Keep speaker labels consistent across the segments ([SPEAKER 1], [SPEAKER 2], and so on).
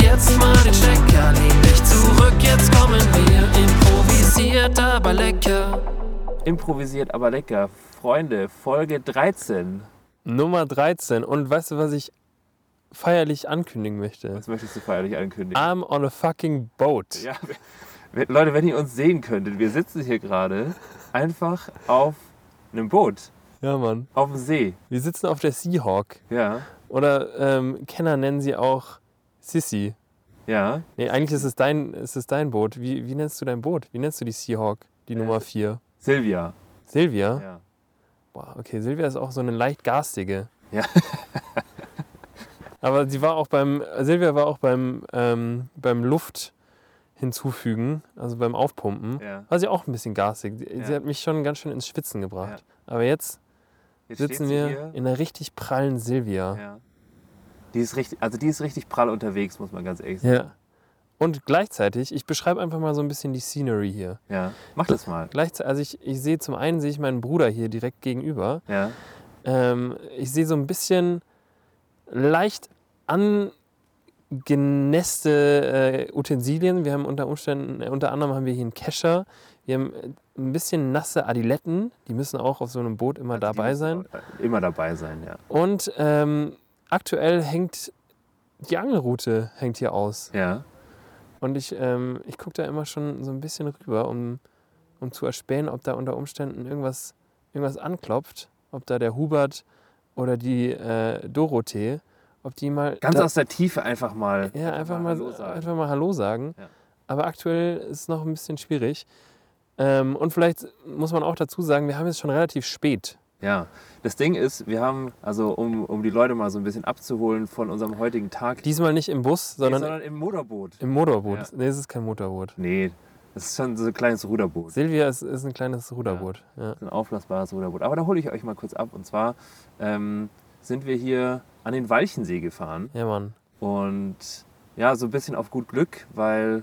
[SPEAKER 1] jetzt mal den Stecker, lehn dich zurück, jetzt kommen wir. Improvisiert, aber lecker.
[SPEAKER 2] Improvisiert aber lecker. Freunde, Folge 13.
[SPEAKER 3] Nummer 13. Und weißt du, was ich feierlich ankündigen möchte?
[SPEAKER 2] Das möchtest du feierlich ankündigen.
[SPEAKER 3] I'm on a fucking boat.
[SPEAKER 2] Ja. we- Leute, wenn ihr uns sehen könntet, wir sitzen hier gerade einfach auf einem Boot,
[SPEAKER 3] ja, Mann.
[SPEAKER 2] auf dem See.
[SPEAKER 3] Wir sitzen auf der Seahawk.
[SPEAKER 2] Ja,
[SPEAKER 3] Oder ähm, Kenner nennen sie auch Sissy.
[SPEAKER 2] ja.
[SPEAKER 3] Nee, eigentlich ist es dein, ist es dein Boot. Wie, wie nennst du dein Boot? Wie nennst du die Seahawk? Die Nummer 4.
[SPEAKER 2] Silvia.
[SPEAKER 3] Silvia?
[SPEAKER 2] Ja.
[SPEAKER 3] Boah, okay, Silvia ist auch so eine leicht garstige.
[SPEAKER 2] Ja.
[SPEAKER 3] Aber sie war auch beim, Silvia war auch beim, ähm, beim Luft hinzufügen, also beim Aufpumpen,
[SPEAKER 2] Ja.
[SPEAKER 3] war sie auch ein bisschen garstig. Sie, sie
[SPEAKER 2] Ja.
[SPEAKER 3] hat mich schon ganz schön ins Schwitzen gebracht. Aber jetzt,
[SPEAKER 2] Jetzt
[SPEAKER 3] sitzen
[SPEAKER 2] steht sie
[SPEAKER 3] wir
[SPEAKER 2] hier.
[SPEAKER 3] in einer richtig prallen Silvia.
[SPEAKER 2] Ja. Die ist richtig, also die ist richtig prall unterwegs, muss man ganz ehrlich
[SPEAKER 3] Ja.
[SPEAKER 2] sagen.
[SPEAKER 3] Und gleichzeitig, ich beschreibe einfach mal so ein bisschen die Scenery hier.
[SPEAKER 2] Ja. Mach das mal.
[SPEAKER 3] Gleichzeitig, also ich, ich sehe zum einen sehe ich meinen Bruder hier direkt gegenüber.
[SPEAKER 2] Ja.
[SPEAKER 3] Ähm, ich sehe so ein bisschen leicht angenässte äh, Utensilien. Wir haben unter Umständen, äh, unter anderem haben wir hier einen Kescher. Wir haben äh, ein bisschen nasse Adiletten. Die müssen auch auf so einem Boot immer dabei sein.
[SPEAKER 2] Immer dabei sein, ja.
[SPEAKER 3] Und ähm, aktuell hängt die Angelroute hängt hier aus.
[SPEAKER 2] Ja.
[SPEAKER 3] Und ich, ähm, ich gucke da immer schon so ein bisschen rüber, um, um zu erspähen, ob da unter Umständen irgendwas, irgendwas anklopft. Ob da der Hubert oder die äh, Dorothee, ob die mal.
[SPEAKER 2] Ganz
[SPEAKER 3] da,
[SPEAKER 2] aus der Tiefe einfach mal.
[SPEAKER 3] ja, einfach mal,
[SPEAKER 2] Hallo sagen.
[SPEAKER 3] einfach mal Hallo sagen.
[SPEAKER 2] Ja.
[SPEAKER 3] Aber aktuell ist es noch ein bisschen schwierig. Ähm, und vielleicht muss man auch dazu sagen, wir haben jetzt schon relativ spät.
[SPEAKER 2] Ja, das Ding ist, wir haben, also um, um die Leute mal so ein bisschen abzuholen von unserem heutigen Tag,
[SPEAKER 3] Diesmal nicht im Bus, sondern
[SPEAKER 2] im Motorboot.
[SPEAKER 3] im Motorboot.
[SPEAKER 2] Ja.
[SPEAKER 3] Nee, es ist kein Motorboot.
[SPEAKER 2] Nee, das ist schon so ein kleines Ruderboot.
[SPEAKER 3] Silvia ist, ist ein kleines Ruderboot. Ja.
[SPEAKER 2] Ein aufblasbares Ruderboot. Aber da hole ich euch mal kurz ab. Und zwar ähm, sind wir hier an den Walchensee gefahren.
[SPEAKER 3] ja, Mann.
[SPEAKER 2] Und ja, so ein bisschen auf gut Glück, weil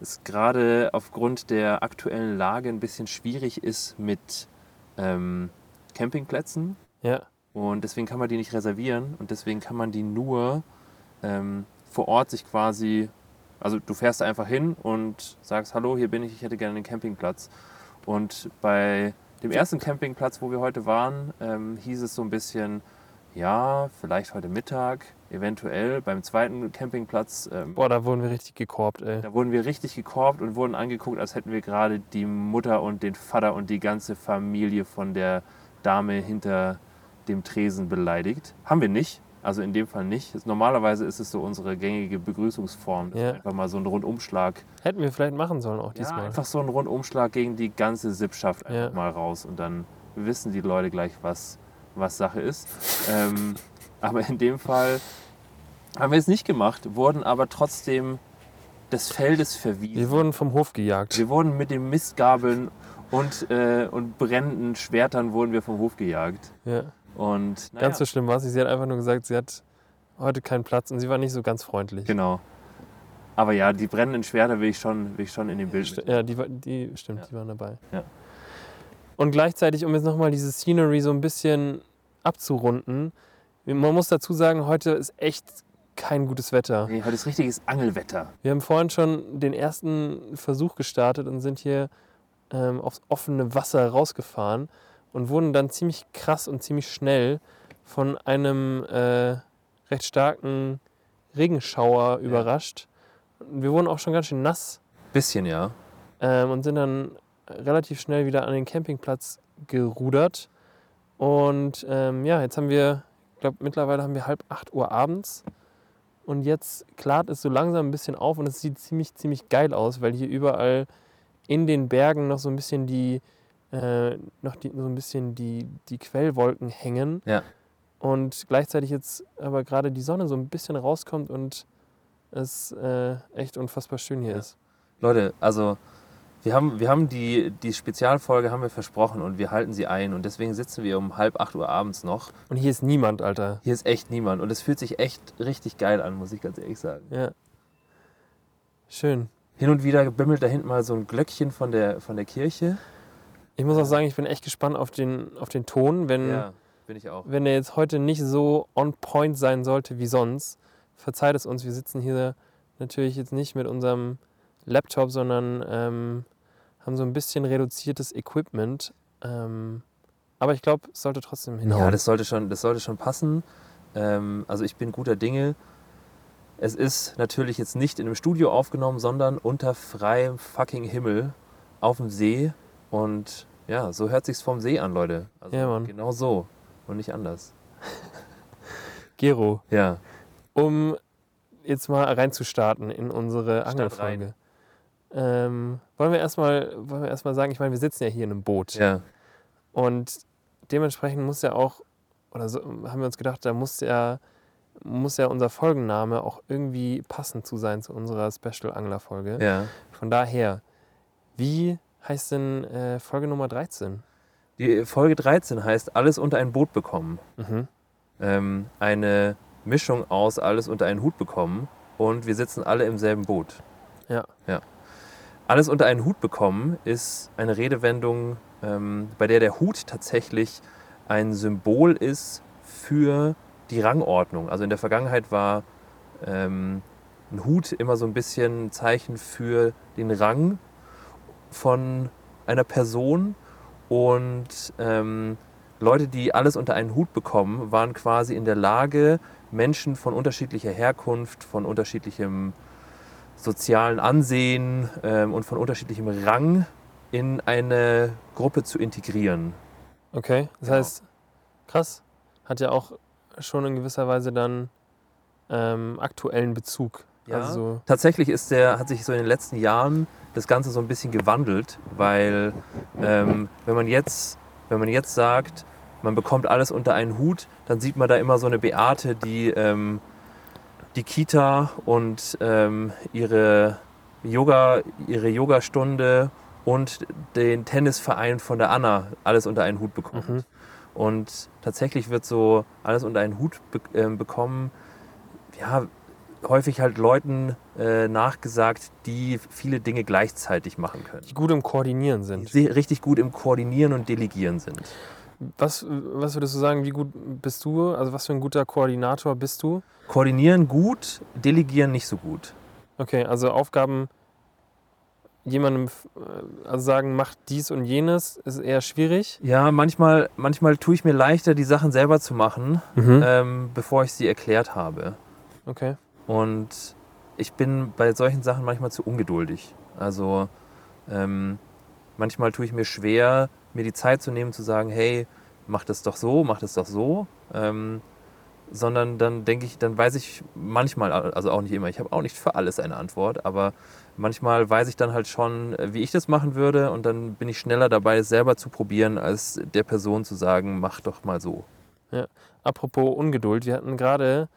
[SPEAKER 2] es gerade aufgrund der aktuellen Lage ein bisschen schwierig ist mit ähm, Campingplätzen.
[SPEAKER 3] Ja.
[SPEAKER 2] Und deswegen kann man die nicht reservieren und deswegen kann man die nur ähm, vor Ort sich quasi, also du fährst da einfach hin und sagst, hallo, hier bin ich, ich hätte gerne einen Campingplatz. Und bei dem ersten Campingplatz, wo wir heute waren, ähm, hieß es so ein bisschen, ja, vielleicht heute Mittag, eventuell. Beim zweiten Campingplatz, ähm,
[SPEAKER 3] Boah, da wurden wir richtig gekorbt, ey.
[SPEAKER 2] da wurden wir richtig gekorbt und wurden angeguckt, als hätten wir gerade die Mutter und den Vater und die ganze Familie von der Dame hinter dem Tresen beleidigt. Haben wir nicht. Also in dem Fall nicht. Ist- Normalerweise ist es so unsere gängige Begrüßungsform. dass
[SPEAKER 3] Ja.
[SPEAKER 2] wir Einfach mal so ein Rundumschlag.
[SPEAKER 3] Hätten wir vielleicht machen sollen auch
[SPEAKER 2] Ja,
[SPEAKER 3] diesmal.
[SPEAKER 2] einfach so ein Rundumschlag gegen die ganze Sippschaft einfach
[SPEAKER 3] Ja.
[SPEAKER 2] mal raus. Und dann wissen die Leute gleich, was, was Sache ist. ähm, aber in dem Fall haben wir es nicht gemacht, wurden aber trotzdem des Feldes verwiesen.
[SPEAKER 3] wir wurden vom Hof gejagt.
[SPEAKER 2] Wir wurden mit den Mistgabeln und, äh, und brennenden Schwertern wurden wir vom Hof gejagt.
[SPEAKER 3] Ja.
[SPEAKER 2] Und naja,
[SPEAKER 3] Ganz so schlimm war es nicht. Sie hat einfach nur gesagt, sie hat heute keinen Platz und sie war nicht so ganz freundlich.
[SPEAKER 2] genau. Aber ja, die brennenden Schwerter will ich schon, will ich schon in dem Bild.
[SPEAKER 3] St- Ja, die, war- die stimmt,
[SPEAKER 2] Ja.
[SPEAKER 3] die waren dabei.
[SPEAKER 2] Ja.
[SPEAKER 3] Und gleichzeitig, um jetzt nochmal diese Scenery so ein bisschen abzurunden, man muss dazu sagen, heute ist echt kein gutes Wetter.
[SPEAKER 2] Nee, heute ist richtiges Angelwetter.
[SPEAKER 3] Wir haben vorhin schon den ersten Versuch gestartet und sind hier ähm, aufs offene Wasser rausgefahren und wurden dann ziemlich krass und ziemlich schnell von einem äh, recht starken Regenschauer überrascht. Wir wurden auch schon ganz schön nass
[SPEAKER 2] Bisschen, ja.
[SPEAKER 3] ähm, und sind dann relativ schnell wieder an den Campingplatz gerudert. Und ähm, ja, jetzt haben wir, ich glaube, mittlerweile haben wir halb 8 Uhr abends. Und jetzt klart es so langsam ein bisschen auf und es sieht ziemlich, ziemlich geil aus, weil hier überall in den Bergen noch so ein bisschen die, äh, noch die, so ein bisschen die, die Quellwolken hängen.
[SPEAKER 2] Ja.
[SPEAKER 3] Und gleichzeitig jetzt aber gerade die Sonne so ein bisschen rauskommt und es äh, echt unfassbar schön hier
[SPEAKER 2] Ja.
[SPEAKER 3] ist.
[SPEAKER 2] Leute, also wir haben, wir haben die, die Spezialfolge haben wir versprochen und wir halten sie ein. Und deswegen sitzen wir um halb acht Uhr abends noch.
[SPEAKER 3] Und hier ist niemand, Alter.
[SPEAKER 2] Hier ist echt niemand. Und es fühlt sich echt richtig geil an, muss ich ganz ehrlich sagen.
[SPEAKER 3] Ja. Schön.
[SPEAKER 2] Hin und wieder bimmelt da hinten mal so ein Glöckchen von der, von der Kirche.
[SPEAKER 3] Ich muss auch sagen, ich bin echt gespannt auf den, auf den Ton. Wenn,
[SPEAKER 2] bin ich auch.
[SPEAKER 3] wenn der jetzt heute nicht so on point sein sollte wie sonst, verzeiht es uns. Wir sitzen hier natürlich jetzt nicht mit unserem Laptop, sondern ähm, haben so ein bisschen reduziertes Equipment. Ähm, aber ich glaube, es sollte trotzdem hinhauen.
[SPEAKER 2] Ja, das sollte schon, das sollte schon passen. Ähm, also ich bin guter Dinge. Es ist natürlich jetzt nicht in einem Studio aufgenommen, sondern unter freiem fucking Himmel auf dem See. Und ja, so hört sich's vom See an, Leute. Also
[SPEAKER 3] Ja, Mann.
[SPEAKER 2] Genau so und nicht anders.
[SPEAKER 3] Gero,
[SPEAKER 2] Ja,
[SPEAKER 3] um jetzt mal reinzustarten in unsere
[SPEAKER 2] Start
[SPEAKER 3] Angelfolge. Ähm, wollen wir erstmal wollen wir erstmal sagen, ich meine, wir sitzen ja hier in einem Boot.
[SPEAKER 2] ja,
[SPEAKER 3] Und dementsprechend muss ja auch, oder so, haben wir uns gedacht, da muss ja, muss ja unser Folgenname auch irgendwie passend zu sein zu unserer Special-Angler-Folge.
[SPEAKER 2] ja.
[SPEAKER 3] Von daher, wie heißt denn äh, Folge Nummer 13?
[SPEAKER 2] Die Folge 13 heißt Alles unter ein Boot bekommen.
[SPEAKER 3] Mhm.
[SPEAKER 2] Ähm, eine Mischung aus Alles unter einen Hut bekommen und wir sitzen alle im selben Boot.
[SPEAKER 3] Ja.
[SPEAKER 2] Alles unter einen Hut bekommen ist eine Redewendung, ähm, bei der der Hut tatsächlich ein Symbol ist für die Rangordnung. Also in der Vergangenheit war ähm, ein Hut immer so ein bisschen ein Zeichen für den Rang von einer Person und ähm, Leute, die alles unter einen Hut bekommen, waren quasi in der Lage, Menschen von unterschiedlicher Herkunft, von unterschiedlichem sozialen Ansehen ähm, und von unterschiedlichem Rang in eine Gruppe zu integrieren.
[SPEAKER 3] Okay, das
[SPEAKER 2] Genau.
[SPEAKER 3] heißt, krass, hat ja auch schon in gewisser Weise dann ähm, aktuellen Bezug.
[SPEAKER 2] Ja.
[SPEAKER 3] Also so,
[SPEAKER 2] Tatsächlich ist der, hat sich so in den letzten Jahren das Ganze so ein bisschen gewandelt, weil ähm, wenn, man jetzt, wenn man jetzt sagt, man bekommt alles unter einen Hut, dann sieht man da immer so eine Beate, die ähm, die Kita und ähm, ihre Yoga, ihre Yogastunde und den Tennisverein von der Anna alles unter einen Hut bekommt.
[SPEAKER 3] Mhm.
[SPEAKER 2] Und tatsächlich wird so alles unter einen Hut be ähm, bekommen, ja, häufig halt Leuten äh, nachgesagt, die viele Dinge gleichzeitig machen können.
[SPEAKER 3] die gut im Koordinieren sind.
[SPEAKER 2] Die richtig gut im Koordinieren und Delegieren sind.
[SPEAKER 3] Was, was würdest du sagen, wie gut bist du? Also was für ein guter Koordinator bist du?
[SPEAKER 2] Koordinieren gut, delegieren nicht so gut.
[SPEAKER 3] Okay, also Aufgaben jemandem f- äh, also sagen, macht dies und jenes, ist eher schwierig.
[SPEAKER 2] Ja, manchmal, manchmal tue ich mir leichter, die Sachen selber zu machen, ähm, bevor ich sie erklärt habe.
[SPEAKER 3] Äh, Okay.
[SPEAKER 2] Und ich bin bei solchen Sachen manchmal zu ungeduldig. Also ähm, manchmal tue ich mir schwer, mir die Zeit zu nehmen, zu sagen, hey, mach das doch so, mach das doch so. Ähm, sondern dann denke ich, dann weiß ich manchmal, also auch nicht immer, ich habe auch nicht für alles eine Antwort, aber manchmal weiß ich dann halt schon, äh, wie ich das machen würde und dann bin ich schneller dabei, es selber zu probieren, als der Person zu sagen, mach doch mal so.
[SPEAKER 3] Apropos Ungeduld, wir hatten gerade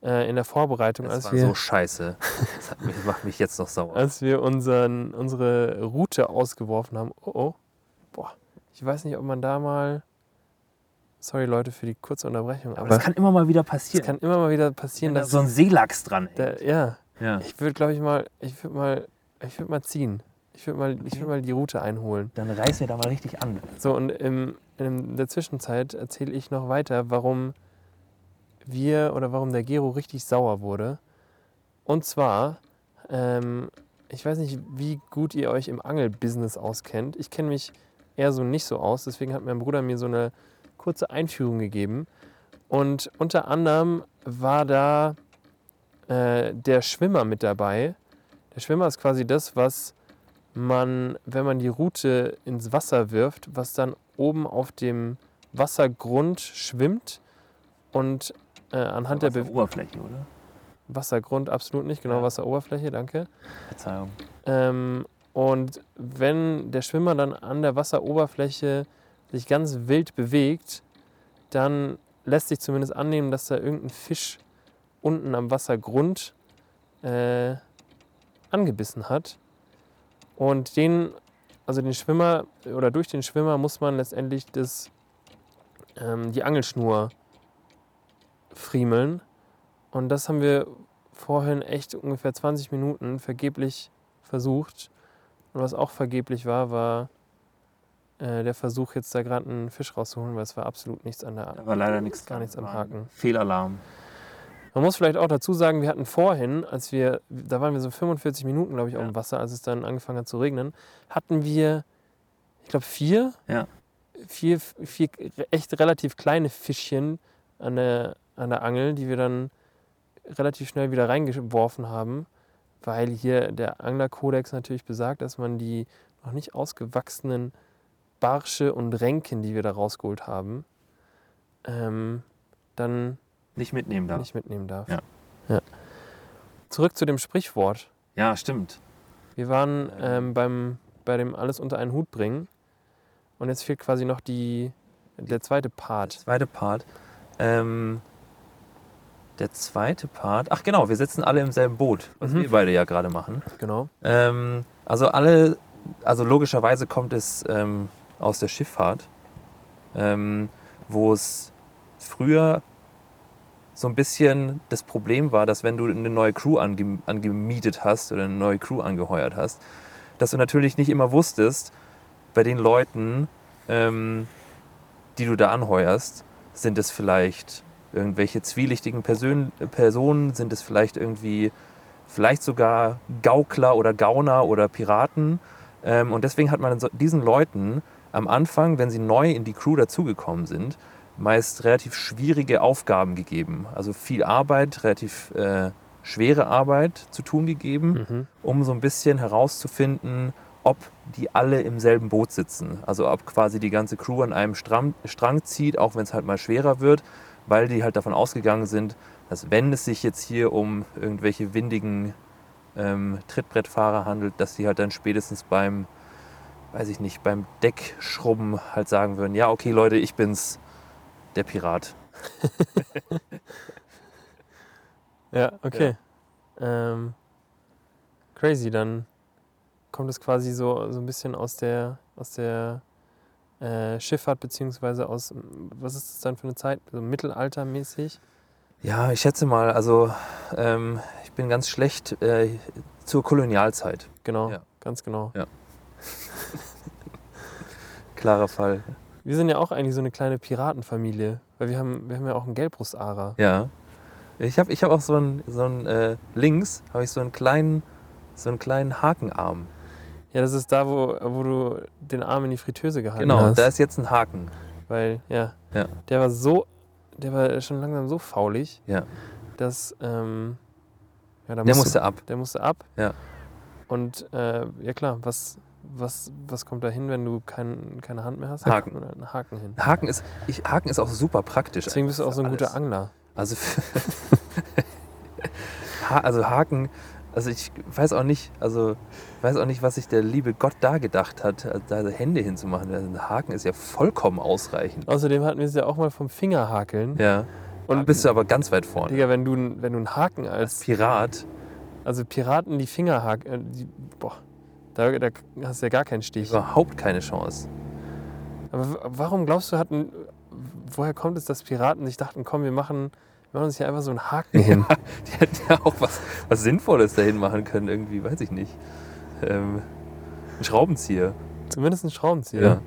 [SPEAKER 3] äh, in der Vorbereitung,
[SPEAKER 2] Das
[SPEAKER 3] als
[SPEAKER 2] war
[SPEAKER 3] wir,
[SPEAKER 2] so scheiße. Das hat mich, macht mich jetzt noch sauer.
[SPEAKER 3] als wir unseren, unsere Route ausgeworfen haben. Oh oh. Boah. Ich weiß nicht, ob man da mal. Sorry Leute für die kurze Unterbrechung, aber,
[SPEAKER 2] Aber das
[SPEAKER 3] das, kann,
[SPEAKER 2] kann immer mal wieder passieren.
[SPEAKER 3] immer mal wieder passieren,
[SPEAKER 2] Wenn da
[SPEAKER 3] dass
[SPEAKER 2] so ein Seelachs dran hängt.
[SPEAKER 3] der, ja,
[SPEAKER 2] ja.
[SPEAKER 3] Ich würde, glaube ich, mal, ich würde mal, ich würde mal ziehen. Ich würde mal, ich würde mal die Route einholen.
[SPEAKER 2] Dann reißen wir da mal richtig an.
[SPEAKER 3] So, und im, in der Zwischenzeit erzähle ich noch weiter, warum wir oder warum der Gero richtig sauer wurde. Und zwar, ähm, ich weiß nicht, wie gut ihr euch im Angelbusiness auskennt. Ich kenne mich eher so nicht so aus, deswegen hat mein Bruder mir so eine kurze Einführung gegeben. Und unter anderem war da äh, der Schwimmer mit dabei. Der Schwimmer ist quasi das, was man, wenn man die Rute ins Wasser wirft, was dann oben auf dem Wassergrund schwimmt und äh, anhand der, Be
[SPEAKER 2] Oberfläche, oder?
[SPEAKER 3] Wassergrund absolut nicht, genau
[SPEAKER 2] Ja.
[SPEAKER 3] Wasseroberfläche, danke.
[SPEAKER 2] Verzeihung.
[SPEAKER 3] Ähm, und wenn der Schwimmer dann an der Wasseroberfläche sich ganz wild bewegt, dann lässt sich zumindest annehmen, dass da irgendein Fisch unten am Wassergrund äh, angebissen hat. Und den, also den Schwimmer oder durch den Schwimmer muss man letztendlich das, ähm, die Angelschnur friemeln. Und das haben wir vorhin echt ungefähr 20 Minuten vergeblich versucht. Und was auch vergeblich war, war äh, der Versuch, jetzt da gerade einen Fisch rauszuholen, weil es war absolut nichts an der
[SPEAKER 2] Da war leider nichts
[SPEAKER 3] Gar nichts am
[SPEAKER 2] dran.
[SPEAKER 3] Haken.
[SPEAKER 2] Fehlalarm.
[SPEAKER 3] Man muss vielleicht auch dazu sagen, wir hatten vorhin, als wir, da waren wir so 45 Minuten, glaube ich, auf
[SPEAKER 2] Ja.
[SPEAKER 3] dem Wasser, als es dann angefangen hat zu regnen, hatten wir, ich glaube, vier,
[SPEAKER 2] Ja.
[SPEAKER 3] vier, vier echt relativ kleine Fischchen an der, an der Angel, die wir dann relativ schnell wieder reingeworfen haben, weil hier der Anglerkodex natürlich besagt, dass man die noch nicht ausgewachsenen Barsche und Ränken, die wir da rausgeholt haben, ähm, dann
[SPEAKER 2] Nicht mitnehmen darf.
[SPEAKER 3] nicht mitnehmen darf.
[SPEAKER 2] Ja.
[SPEAKER 3] Ja. Zurück zu dem Sprichwort.
[SPEAKER 2] Ja, stimmt.
[SPEAKER 3] Wir waren ähm, beim, bei dem Alles unter einen Hut bringen und jetzt fehlt quasi noch die, der zweite Part.
[SPEAKER 2] Zweite Part. Ähm, der zweite Part. Ach genau, wir sitzen alle im selben Boot, was
[SPEAKER 3] Mhm.
[SPEAKER 2] wir beide ja gerade machen.
[SPEAKER 3] Genau.
[SPEAKER 2] Ähm, also alle, also logischerweise kommt es ähm, aus der Schifffahrt, ähm, wo es früher so ein bisschen das Problem war, dass wenn du eine neue Crew ange angemietet hast oder eine neue Crew angeheuert hast, dass du natürlich nicht immer wusstest, bei den Leuten, ähm, die du da anheuerst, sind es vielleicht irgendwelche zwielichtigen Persön Personen, sind es vielleicht irgendwie vielleicht sogar Gaukler oder Gauner oder Piraten. Ähm, und deswegen hat man so- diesen Leuten am Anfang, wenn sie neu in die Crew dazugekommen sind, meist relativ schwierige Aufgaben gegeben. Also viel Arbeit, relativ äh, schwere Arbeit zu tun gegeben
[SPEAKER 3] Mhm.
[SPEAKER 2] um so ein bisschen herauszufinden, ob die alle im selben Boot sitzen. Also ob quasi die ganze Crew an einem Stram Strang zieht, auch wenn es halt mal schwerer wird, weil die halt davon ausgegangen sind, dass wenn es sich jetzt hier um irgendwelche windigen ähm, Trittbrettfahrer handelt, dass die halt dann spätestens beim, weiß ich nicht, beim Deckschrubben halt sagen würden, ja, okay Leute, ich bin's, der Pirat.
[SPEAKER 3] Ja, okay. Ähm, crazy, dann kommt es quasi so, so ein bisschen aus der, aus der äh, Schifffahrt, beziehungsweise aus, was ist das dann für eine Zeit? So mittelaltermäßig?
[SPEAKER 2] Ja, ich schätze mal, also ähm, ich bin ganz schlecht äh, zur Kolonialzeit.
[SPEAKER 3] Genau,
[SPEAKER 2] Ja.
[SPEAKER 3] ganz genau.
[SPEAKER 2] Klarer Fall.
[SPEAKER 3] Wir sind ja auch eigentlich so eine kleine Piratenfamilie, weil wir haben, wir haben ja auch einen Gelbrustarer.
[SPEAKER 2] Ja. Ich habe ich hab auch so einen, so einen äh, links habe ich so einen kleinen, so einen kleinen Hakenarm.
[SPEAKER 3] Ja, das ist da, wo, wo du den Arm in die Fritteuse gehalten
[SPEAKER 2] Genau,
[SPEAKER 3] hast.
[SPEAKER 2] da ist jetzt ein Haken.
[SPEAKER 3] Weil, ja,
[SPEAKER 2] Ja.
[SPEAKER 3] der war so, der war schon langsam so faulig,
[SPEAKER 2] Ja.
[SPEAKER 3] dass, ähm, ja,
[SPEAKER 2] Der
[SPEAKER 3] da musst du-
[SPEAKER 2] musste ab.
[SPEAKER 3] Der musste ab.
[SPEAKER 2] Ja.
[SPEAKER 3] Und äh, ja klar, was, was, was kommt da hin, wenn du kein, keine Hand mehr hast?
[SPEAKER 2] Haken.
[SPEAKER 3] Da kommt Ein Haken hin.
[SPEAKER 2] Haken ist, ich, Haken ist auch super praktisch.
[SPEAKER 3] Deswegen bist du auch so ein
[SPEAKER 2] Alles.
[SPEAKER 3] guter Angler.
[SPEAKER 2] Also, ha also Haken, also ich weiß auch nicht, also ich weiß auch nicht, was sich der liebe Gott da gedacht hat, äh, da Hände hinzumachen. Also ein Haken ist ja vollkommen ausreichend.
[SPEAKER 3] Außerdem hatten wir es ja auch mal vom Fingerhakeln.
[SPEAKER 2] Ja. Und bist du aber ganz weit vorne.
[SPEAKER 3] Digga, wenn du, n- wenn du einen Haken als,
[SPEAKER 2] Pirat.
[SPEAKER 3] also Piraten, die Finger haken, äh, die, boah, da, da hast du ja gar keinen Stich.
[SPEAKER 2] Überhaupt keine Chance.
[SPEAKER 3] Aber w- warum glaubst du, hatten, woher kommt es, dass Piraten sich dachten, komm, wir machen, wir machen uns hier einfach so einen Haken
[SPEAKER 2] Mhm.
[SPEAKER 3] hin?
[SPEAKER 2] Die hätten ja auch was, was Sinnvolles dahin machen können, irgendwie, weiß ich nicht. Ähm, ein Schraubenzieher.
[SPEAKER 3] Zumindest einen Schraubenzieher.
[SPEAKER 2] Ja.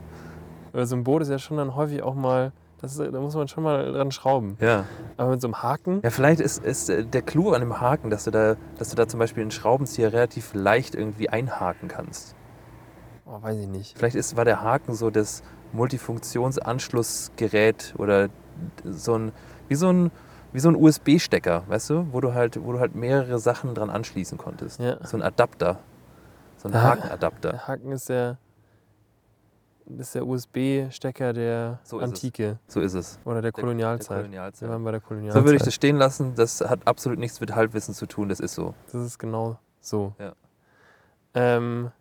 [SPEAKER 3] Weil so ein Boot ist ja schon dann häufig auch mal, das ist, da muss man schon mal dran schrauben.
[SPEAKER 2] ja.
[SPEAKER 3] Aber mit so einem Haken,
[SPEAKER 2] Ja, vielleicht ist, ist äh, der Clou an dem Haken, dass du, da, dass du da zum Beispiel einen Schraubenzieher relativ leicht irgendwie einhaken kannst.
[SPEAKER 3] oh, weiß ich nicht.
[SPEAKER 2] Vielleicht ist, war der Haken so das Multifunktionsanschlussgerät oder so ein, wie so ein, wie so ein USB-Stecker, weißt du, wo du halt, wo du halt mehrere Sachen dran anschließen konntest.
[SPEAKER 3] Ja.
[SPEAKER 2] So ein Adapter. So ein
[SPEAKER 3] Ah.
[SPEAKER 2] Hakenadapter.
[SPEAKER 3] Der Haken ist der, ist der USB-Stecker der
[SPEAKER 2] So ist es.
[SPEAKER 3] Antike
[SPEAKER 2] So ist es.
[SPEAKER 3] oder der Kolonialzeit.
[SPEAKER 2] Kolonialzeit.
[SPEAKER 3] Wir waren bei der Kolonialzeit.
[SPEAKER 2] So würde ich das stehen lassen. Das hat absolut nichts mit Halbwissen zu tun. Das ist so.
[SPEAKER 3] Das ist genau so.
[SPEAKER 2] Ja.
[SPEAKER 3] Ähm,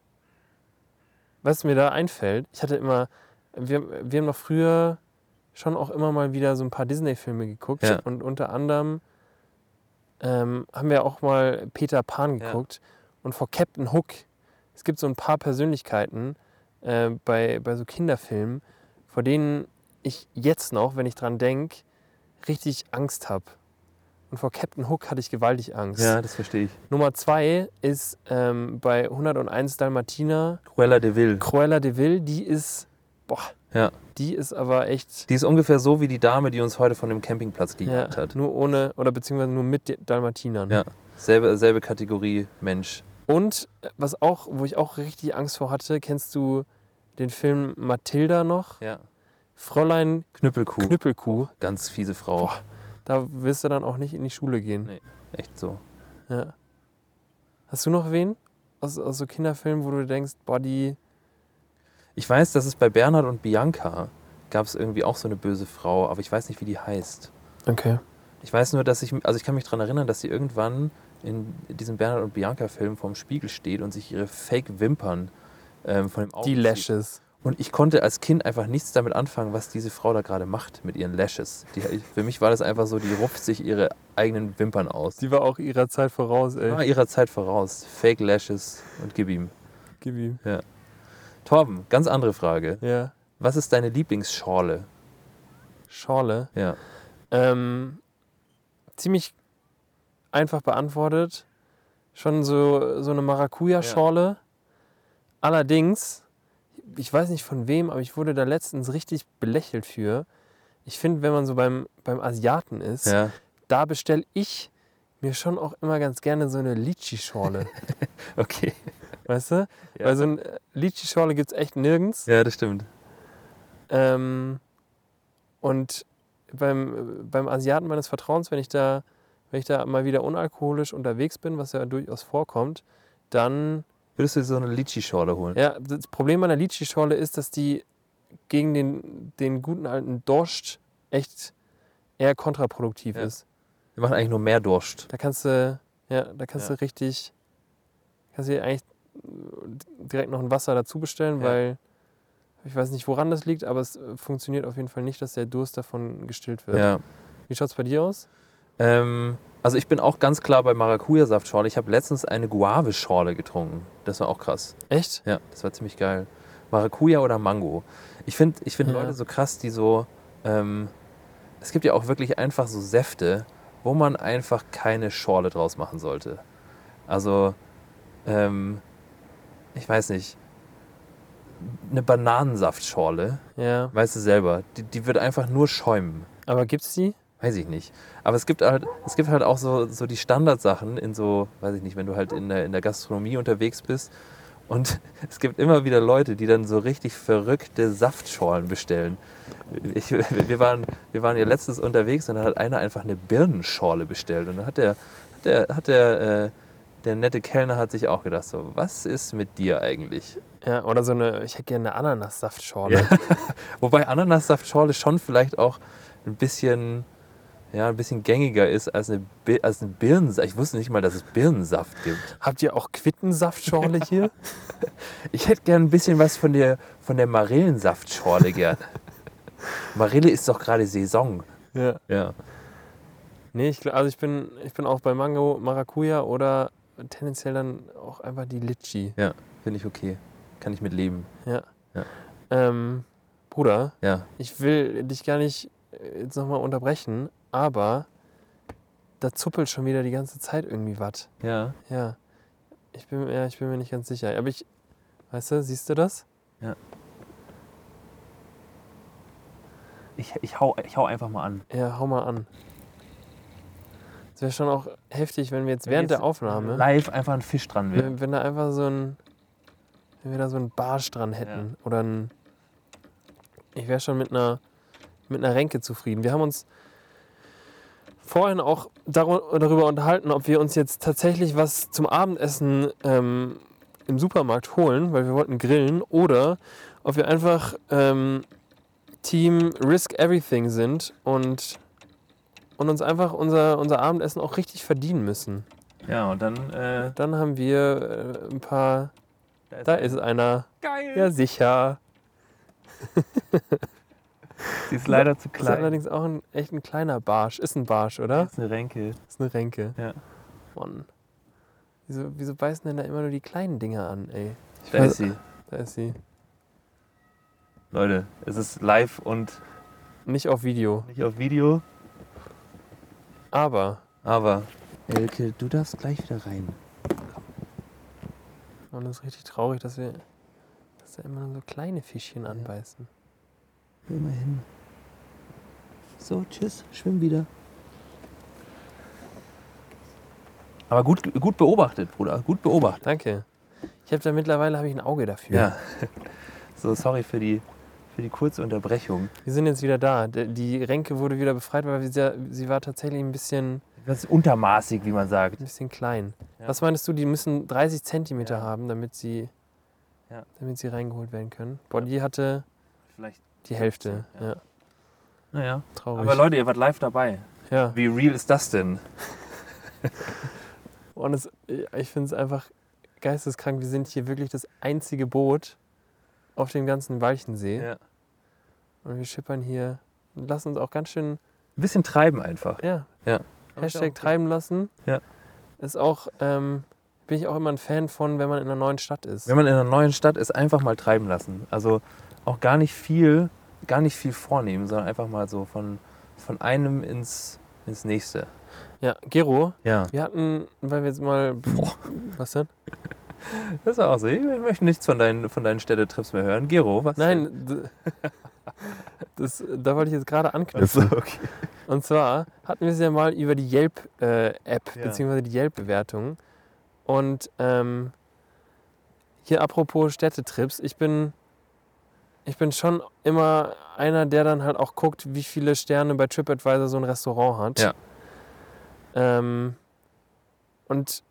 [SPEAKER 3] was mir da einfällt, ich hatte immer, wir, wir haben noch früher schon auch immer mal wieder so ein paar Disney-Filme geguckt
[SPEAKER 2] Ja.
[SPEAKER 3] und unter anderem ähm, haben wir auch mal Peter Pan
[SPEAKER 2] Ja.
[SPEAKER 3] geguckt und vor Captain Hook. Es gibt so ein paar Persönlichkeiten äh, bei, bei so Kinderfilmen, vor denen ich jetzt noch, wenn ich dran denke, richtig Angst habe. Und vor Captain Hook hatte ich gewaltig Angst.
[SPEAKER 2] das verstehe ich.
[SPEAKER 3] Nummer zwei ist ähm, bei 101 Dalmatiner
[SPEAKER 2] Cruella de Vil.
[SPEAKER 3] Cruella de Vil. Die ist, boah,
[SPEAKER 2] Ja.
[SPEAKER 3] Die ist aber echt
[SPEAKER 2] Die ist ungefähr so wie die Dame, die uns heute von dem Campingplatz
[SPEAKER 3] ja,
[SPEAKER 2] gejagt hat.
[SPEAKER 3] nur ohne oder beziehungsweise nur mit Dalmatinern.
[SPEAKER 2] Ja. Selbe, selbe Kategorie Mensch.
[SPEAKER 3] Und äh, was auch, wo ich auch richtig Angst vor hatte, kennst du den Film Matilda noch?
[SPEAKER 2] Ja. Oh.
[SPEAKER 3] Fräulein
[SPEAKER 2] Knüppelkuh.
[SPEAKER 3] Knüppelkuh.
[SPEAKER 2] Ganz fiese Frau.
[SPEAKER 3] Boah. Da willst du dann auch nicht in die Schule gehen.
[SPEAKER 2] Nee. Echt so.
[SPEAKER 3] Ja. Hast du noch wen aus, aus so Kinderfilmen, wo du denkst, boah, die.
[SPEAKER 2] Ich weiß, dass es bei Bernhard und Bianca gab es irgendwie auch so eine böse Frau, aber ich weiß nicht, wie die heißt.
[SPEAKER 3] Okay.
[SPEAKER 2] Ich weiß nur, dass ich, also ich kann mich daran erinnern, dass sie irgendwann in diesem Bernhard und Bianca-Film vorm Spiegel steht und sich ihre Fake-Wimpern ähm, von dem Auge
[SPEAKER 3] Die Lashes.
[SPEAKER 2] Und ich konnte als Kind einfach nichts damit anfangen, was diese Frau da gerade macht mit ihren Lashes. Die, für mich war das einfach so, die rupft sich ihre eigenen Wimpern aus. Die
[SPEAKER 3] Die war auch ihrer Zeit voraus, ey.
[SPEAKER 2] war ihrer Zeit voraus. Fake Lashes und gib ihm.
[SPEAKER 3] Gib ihm.
[SPEAKER 2] Torben, ganz andere Frage.
[SPEAKER 3] Ja.
[SPEAKER 2] Was ist deine Lieblingsschorle?
[SPEAKER 3] Schorle.
[SPEAKER 2] Ja.
[SPEAKER 3] Ähm, ziemlich einfach beantwortet. Schon so, so eine Maracuja-Schorle. Allerdings, ich weiß nicht von wem, aber ich wurde da letztens richtig belächelt für. Ich finde, wenn man so beim, beim Asiaten ist,
[SPEAKER 2] ja.
[SPEAKER 3] da bestelle ich mir schon auch immer ganz gerne so eine Litchi-Schorle.
[SPEAKER 2] Okay.
[SPEAKER 3] weißt du?
[SPEAKER 2] Ja.
[SPEAKER 3] Weil so eine Litchi-Schorle gibt es echt nirgends.
[SPEAKER 2] Ja, das stimmt.
[SPEAKER 3] Ähm, und beim, beim Asiaten meines Vertrauens, wenn ich, da, wenn ich da mal wieder unalkoholisch unterwegs bin, was ja durchaus vorkommt, dann.
[SPEAKER 2] Würdest du dir so eine Litschi-Schorle holen?
[SPEAKER 3] Ja, das Problem an der Litchi-Schorle ist, dass die gegen den, den guten alten Dorscht echt eher kontraproduktiv
[SPEAKER 2] Ja.
[SPEAKER 3] ist.
[SPEAKER 2] Wir machen eigentlich nur mehr Durst.
[SPEAKER 3] Da kannst du, ja, da kannst
[SPEAKER 2] Ja.
[SPEAKER 3] du richtig, kannst du dir eigentlich äh, direkt noch ein Wasser dazu bestellen,
[SPEAKER 2] Ja.
[SPEAKER 3] weil ich weiß nicht, woran das liegt, aber es äh, funktioniert auf jeden Fall nicht, dass der Durst davon gestillt wird.
[SPEAKER 2] Ja.
[SPEAKER 3] Wie schaut's bei dir aus?
[SPEAKER 2] Ähm, also ich bin auch ganz klar bei Maracuja-Saftschorle. Ich habe letztens eine Guave-Schorle getrunken. Das war auch krass.
[SPEAKER 3] Echt?
[SPEAKER 2] Ja, das war ziemlich geil. Maracuja oder Mango. Ich finde ich find
[SPEAKER 3] Ja.
[SPEAKER 2] Leute so krass, die so. Ähm, es gibt ja auch wirklich einfach so Säfte, wo man einfach keine Schorle draus machen sollte. Also, ähm, ich weiß nicht. Eine Bananensaftschorle,
[SPEAKER 3] Ja.
[SPEAKER 2] weißt du selber, die, die wird einfach nur schäumen.
[SPEAKER 3] Aber gibt's die?
[SPEAKER 2] Weiß ich nicht. Aber es gibt halt, es gibt halt auch so, so die Standardsachen in so, weiß ich nicht, wenn du halt in der, in der Gastronomie unterwegs bist. Und es gibt immer wieder Leute, die dann so richtig verrückte Saftschorlen bestellen. Ich, wir, waren, wir waren ja letztens unterwegs und dann hat einer einfach eine Birnenschorle bestellt. Und dann hat der, hat der, hat der, äh, der nette Kellner hat sich auch gedacht, so, was ist mit dir eigentlich?
[SPEAKER 3] Ja, oder so eine, ich hätte gerne eine Ananassaftschorle.
[SPEAKER 2] Wobei Ananassaftschorle schon vielleicht auch ein bisschen, ja, ein bisschen gängiger ist als eine, Bi- als eine Birnensaft. Ich wusste nicht mal, dass es Birnensaft gibt.
[SPEAKER 3] Habt ihr auch Quittensaftschorle hier?
[SPEAKER 2] Ich hätte gern ein bisschen was von der, von der Marillensaftschorle gern. Marille ist doch gerade Saison.
[SPEAKER 3] ja.
[SPEAKER 2] Ja.
[SPEAKER 3] Nee, ich, gl- also ich bin, ich bin auch bei Mango, Maracuja oder tendenziell dann auch einfach die Litchi.
[SPEAKER 2] Ja, finde ich okay. Kann ich mit leben.
[SPEAKER 3] Ja.
[SPEAKER 2] Ja.
[SPEAKER 3] Ähm, Bruder,
[SPEAKER 2] Ja.
[SPEAKER 3] ich will dich gar nicht äh, jetzt nochmal unterbrechen, aber da zuppelt schon wieder die ganze Zeit irgendwie was.
[SPEAKER 2] Ja.
[SPEAKER 3] Ja. Ich bin, ja, ich bin mir nicht ganz sicher. Aber ich, weißt du, siehst du das?
[SPEAKER 2] Ich, ich, hau, ich hau einfach mal an.
[SPEAKER 3] Ja, hau mal an. Es wäre schon auch heftig, wenn wir jetzt während der Aufnahme,
[SPEAKER 2] Live einfach ein Fisch dran will.
[SPEAKER 3] wenn, wenn da einfach so ein, wenn wir da so einen Barsch dran hätten oder ein, ich wäre schon mit einer, mit einer Ränke zufrieden. Wir haben uns vorhin auch daru- darüber unterhalten, ob wir uns jetzt tatsächlich was zum Abendessen ähm, im Supermarkt holen, weil wir wollten grillen, oder ob wir einfach ähm, Team Risk Everything sind und, und uns einfach unser, unser Abendessen auch richtig verdienen müssen.
[SPEAKER 2] Ja, und dann. Äh,
[SPEAKER 3] Dann haben wir äh, ein paar. Da ist einer.
[SPEAKER 2] Geil!
[SPEAKER 3] Ja, sicher.
[SPEAKER 2] sie ist leider zu
[SPEAKER 3] Das ist allerdings auch ein, echt ein kleiner Barsch. Ist ein Barsch, oder?
[SPEAKER 2] Das ist eine Ränke.
[SPEAKER 3] Ist eine Ränke.
[SPEAKER 2] Ja.
[SPEAKER 3] Mann. Wieso, wieso beißen denn da immer nur die kleinen Dinger an, ey? Ich
[SPEAKER 2] Da
[SPEAKER 3] weiß-
[SPEAKER 2] ist sie.
[SPEAKER 3] Da ist sie.
[SPEAKER 2] Leute, es ist live und
[SPEAKER 3] Nicht auf Video.
[SPEAKER 2] Nicht auf Video.
[SPEAKER 3] Aber.
[SPEAKER 2] Aber. Elke, du darfst gleich wieder rein.
[SPEAKER 3] Man ist richtig traurig, dass wir. Dass da immer nur so kleine Fischchen anbeißen.
[SPEAKER 2] Wo immer hin. So, tschüss, schwimm wieder. Aber gut, gut beobachtet, Bruder. Gut beobachtet.
[SPEAKER 3] Danke. Ich habe da mittlerweile hab ich ein Auge dafür.
[SPEAKER 2] Ja. So, sorry für die, für die kurze Unterbrechung.
[SPEAKER 3] Wir sind jetzt wieder da. Der- Die Ränke wurde wieder befreit, weil wir sehr- sie war tatsächlich ein bisschen,
[SPEAKER 2] Das ist untermaßig, wie man sagt.
[SPEAKER 3] ein bisschen klein.
[SPEAKER 4] Ja.
[SPEAKER 3] Was meinst du, die müssen 30 Zentimeter haben, damit sie,
[SPEAKER 4] Ja.
[SPEAKER 3] damit sie reingeholt werden können? Boah, die hatte
[SPEAKER 4] Vielleicht.
[SPEAKER 3] die Hälfte. Ja.
[SPEAKER 4] Ja.
[SPEAKER 2] Naja.
[SPEAKER 3] Traurig.
[SPEAKER 4] Aber Leute, ihr wart live dabei.
[SPEAKER 3] ja.
[SPEAKER 4] Wie real ist das denn?
[SPEAKER 3] Und es, ich finde es einfach geisteskrank. Wir sind hier wirklich das einzige Boot auf dem ganzen Walchensee.
[SPEAKER 4] Ja.
[SPEAKER 3] Und wir schippern hier und lassen uns auch ganz schön
[SPEAKER 2] Ein bisschen treiben einfach.
[SPEAKER 3] ja,
[SPEAKER 4] Hab ich
[SPEAKER 3] Hashtag
[SPEAKER 4] auch-
[SPEAKER 3] treiben lassen.
[SPEAKER 2] Ja.
[SPEAKER 3] Ist auch, ähm, bin ich auch immer ein Fan von, wenn man in einer neuen Stadt ist.
[SPEAKER 2] Wenn man in einer neuen Stadt ist, einfach mal treiben lassen. Also auch gar nicht viel, gar nicht viel vornehmen, sondern einfach mal so von, von einem ins, ins nächste.
[SPEAKER 3] Ja, Gero,
[SPEAKER 2] Ja.
[SPEAKER 3] wir hatten, weil wir jetzt mal. Was denn?
[SPEAKER 2] Das ist auch so. Ich möchte nichts von deinen, von deinen Städtetrips mehr hören. Gero, was?
[SPEAKER 3] Nein, d- das, da wollte ich jetzt gerade
[SPEAKER 2] denn? Ach so,
[SPEAKER 3] anknüpfen.
[SPEAKER 2] okay.
[SPEAKER 3] Und zwar hatten wir es ja mal über die Yelp-App,
[SPEAKER 2] Ja.
[SPEAKER 3] beziehungsweise die Yelp-Bewertung. Und ähm, hier apropos Städtetrips, ich bin, ich bin schon immer einer, der dann halt auch guckt, wie viele Sterne bei TripAdvisor so ein Restaurant hat.
[SPEAKER 2] Ja.
[SPEAKER 3] Ähm, und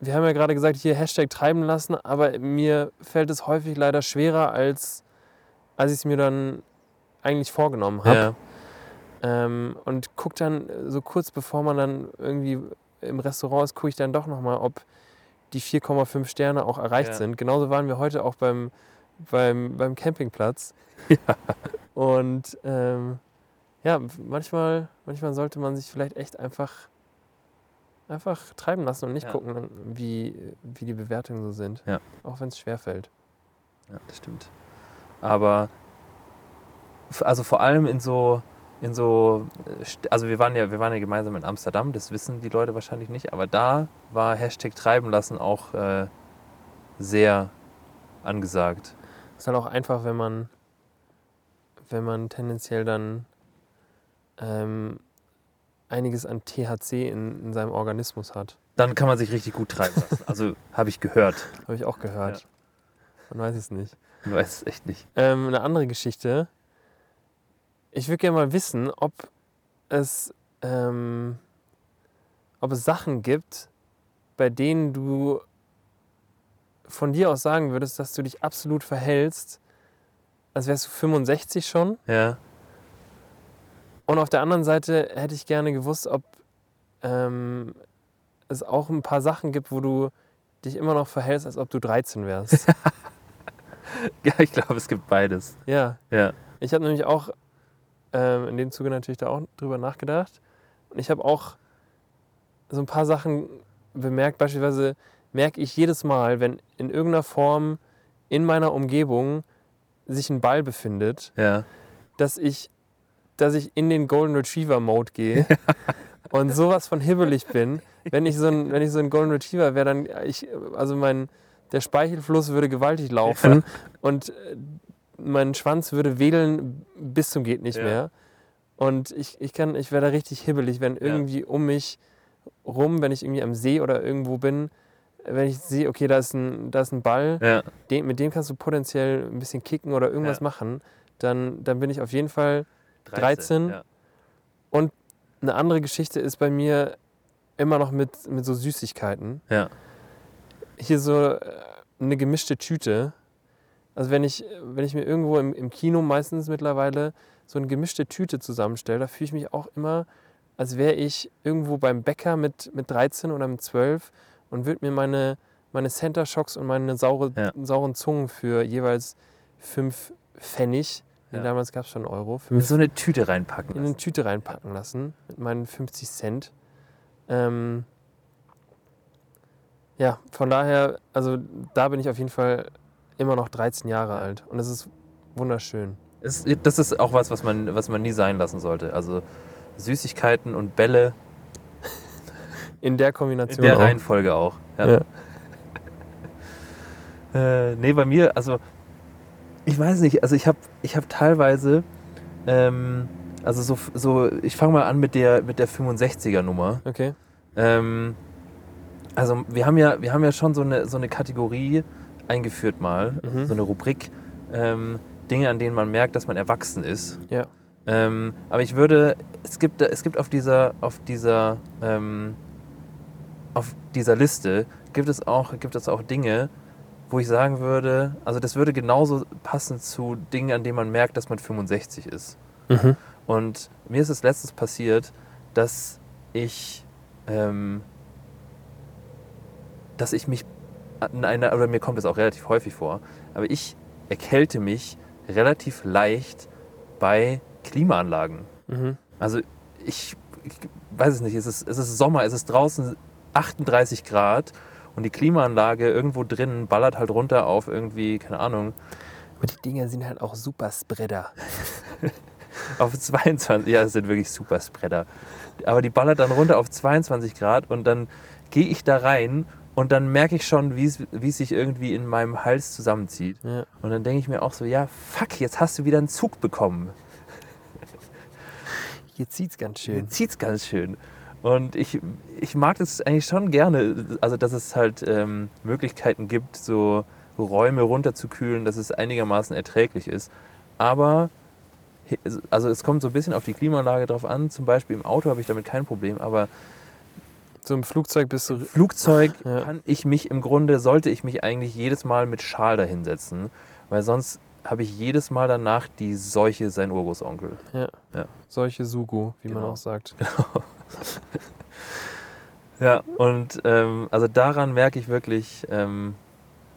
[SPEAKER 3] wir haben ja gerade gesagt, hier Hashtag treiben lassen, aber mir fällt es häufig leider schwerer, als, als ich es mir dann eigentlich vorgenommen habe.
[SPEAKER 2] Ja.
[SPEAKER 3] Ähm, und guck dann äh, so kurz bevor man dann irgendwie im Restaurant ist, gucke ich dann doch nochmal, ob die 4,5 Sterne auch erreicht
[SPEAKER 2] Ja.
[SPEAKER 3] sind. Genauso waren wir heute auch beim, beim, beim Campingplatz. Und ähm, ja, manchmal, manchmal sollte man sich vielleicht echt einfach, einfach treiben lassen und nicht
[SPEAKER 2] Ja.
[SPEAKER 3] gucken, wie, wie die Bewertungen so sind.
[SPEAKER 2] Ja.
[SPEAKER 3] Auch wenn es schwerfällt.
[SPEAKER 2] ja, das stimmt. Aber f- also vor allem in so in so äh, St- also wir waren ja wir waren ja gemeinsam in Amsterdam, das wissen die Leute wahrscheinlich nicht, aber da war Hashtag treiben lassen auch äh, sehr angesagt.
[SPEAKER 3] Ist halt auch einfach, wenn man, wenn man tendenziell dann ähm, einiges an THC in, in seinem Organismus hat.
[SPEAKER 2] Dann kann man sich richtig gut treiben lassen. Also habe ich gehört.
[SPEAKER 3] Habe ich auch gehört. Man weiß es nicht.
[SPEAKER 2] Ich weiß es echt nicht.
[SPEAKER 3] Ähm, eine andere Geschichte. Ich würde gerne mal wissen, ob es, ähm, ob es Sachen gibt, bei denen du von dir aus sagen würdest, dass du dich absolut verhältst, als wärst du 65 schon.
[SPEAKER 2] Ja.
[SPEAKER 3] Und auf der anderen Seite hätte ich gerne gewusst, ob ähm, es auch ein paar Sachen gibt, wo du dich immer noch verhältst, als ob du 13 wärst.
[SPEAKER 2] Ja, ich glaube, es gibt beides.
[SPEAKER 3] ja.
[SPEAKER 2] Ja.
[SPEAKER 3] Ich habe nämlich auch ähm, in dem Zuge natürlich da auch drüber nachgedacht. Und ich habe auch so ein paar Sachen bemerkt. Beispielsweise merke ich jedes Mal, wenn in irgendeiner Form in meiner Umgebung sich ein Ball befindet,
[SPEAKER 2] Ja.
[SPEAKER 3] dass ich, dass ich in den Golden Retriever Mode gehe und sowas von hibbelig bin. Wenn ich so ein, wenn ich so ein Golden Retriever wäre, dann ich, also mein, der Speichelfluss würde gewaltig laufen und äh, mein Schwanz würde wedeln bis zum geht nicht
[SPEAKER 2] Ja.
[SPEAKER 3] mehr. Und ich, ich kann, ich wäre da richtig hibbelig, wenn irgendwie um mich rum, wenn ich irgendwie am See oder irgendwo bin, wenn ich sehe, okay, da ist ein, da ist ein Ball,
[SPEAKER 2] Ja.
[SPEAKER 3] den, mit dem kannst du potenziell ein bisschen kicken oder irgendwas
[SPEAKER 2] Ja.
[SPEAKER 3] machen, dann, dann bin ich auf jeden Fall. 13.
[SPEAKER 2] Ja.
[SPEAKER 3] Eine andere Geschichte ist bei mir immer noch mit, mit so Süßigkeiten.
[SPEAKER 2] Ja.
[SPEAKER 3] Hier so äh, eine gemischte Tüte. Also wenn ich, wenn ich mir irgendwo im, im Kino meistens mittlerweile so eine gemischte Tüte zusammenstelle, da fühle ich mich auch immer, als wäre ich irgendwo beim Bäcker mit, mit 13 oder mit 12 und würde mir meine, meine Center Shocks und meine saure,
[SPEAKER 2] Ja.
[SPEAKER 3] sauren Zungen für jeweils 5 Pfennig,
[SPEAKER 2] Ja.
[SPEAKER 3] damals gab es schon Euro,
[SPEAKER 2] Mit so eine Tüte reinpacken.
[SPEAKER 3] in eine
[SPEAKER 2] lassen.
[SPEAKER 3] Tüte reinpacken lassen mit meinen 50 Cent. Ähm, ja, von daher, also da bin ich auf jeden Fall immer noch 13 Jahre alt und es ist wunderschön.
[SPEAKER 2] Es, das ist auch was, was man, was man nie sein lassen sollte. Also Süßigkeiten und Bälle
[SPEAKER 3] In der
[SPEAKER 2] in
[SPEAKER 3] Kombination.
[SPEAKER 2] der
[SPEAKER 3] auch.
[SPEAKER 2] Reihenfolge auch. Ja.
[SPEAKER 3] Ja.
[SPEAKER 2] äh, nee, bei mir, also ich weiß nicht, also ich habe ich hab teilweise, ähm, also so, so ich fange mal an mit der, mit der 65er Nummer.
[SPEAKER 3] Okay.
[SPEAKER 2] Ähm, also wir haben ja, wir haben ja schon so eine, so eine Kategorie eingeführt mal,
[SPEAKER 3] Mhm.
[SPEAKER 2] so eine Rubrik, ähm, Dinge, an denen man merkt, dass man erwachsen ist.
[SPEAKER 3] Ja.
[SPEAKER 2] Ähm, aber ich würde, es gibt, es gibt auf dieser, auf dieser, ähm, auf dieser Liste gibt es auch, gibt es auch Dinge, wo ich sagen würde, also das würde genauso passen zu Dingen, an denen man merkt, dass man 65 ist.
[SPEAKER 3] Mhm.
[SPEAKER 2] Und mir ist es letztens passiert, dass ich, ähm, dass ich mich an einer, oder mir kommt das auch relativ häufig vor, aber ich erkälte mich relativ leicht bei Klimaanlagen.
[SPEAKER 3] Mhm.
[SPEAKER 2] Also ich, ich weiß es nicht, es ist, es ist Sommer, es ist draußen 38 Grad und die Klimaanlage irgendwo drinnen ballert halt runter auf irgendwie, keine Ahnung,
[SPEAKER 3] Aber die Dinger sind halt auch super Spreader.
[SPEAKER 2] auf 22, ja, es sind wirklich super Spreader. Aber die ballert dann runter auf 22 Grad und dann gehe ich da rein und dann merke ich schon, wie es wie es sich irgendwie in meinem Hals zusammenzieht.
[SPEAKER 3] Ja.
[SPEAKER 2] Und dann denke ich mir auch so, ja, fuck, jetzt hast du wieder einen Zug bekommen.
[SPEAKER 3] Hier zieht's ganz
[SPEAKER 2] Mir
[SPEAKER 3] schön.
[SPEAKER 2] zieht's ganz schön. Und ich, ich mag das eigentlich schon gerne, also dass es halt ähm, Möglichkeiten gibt, so Räume runterzukühlen, dass es einigermaßen erträglich ist. Aber he- also es kommt so ein bisschen auf die Klimaanlage drauf an. Zum Beispiel im Auto habe ich damit kein Problem, aber
[SPEAKER 3] So im Flugzeug bist du.
[SPEAKER 2] Flugzeug
[SPEAKER 3] Ja.
[SPEAKER 2] kann ich mich im Grunde, sollte ich mich eigentlich jedes Mal mit Schal dahinsetzen, weil sonst habe ich jedes Mal danach die Seuche sein Urgroßonkel.
[SPEAKER 3] Solche Sugo, wie man
[SPEAKER 2] Genau.
[SPEAKER 3] auch sagt.
[SPEAKER 2] Ja, und ähm, also daran merke ich wirklich, ähm,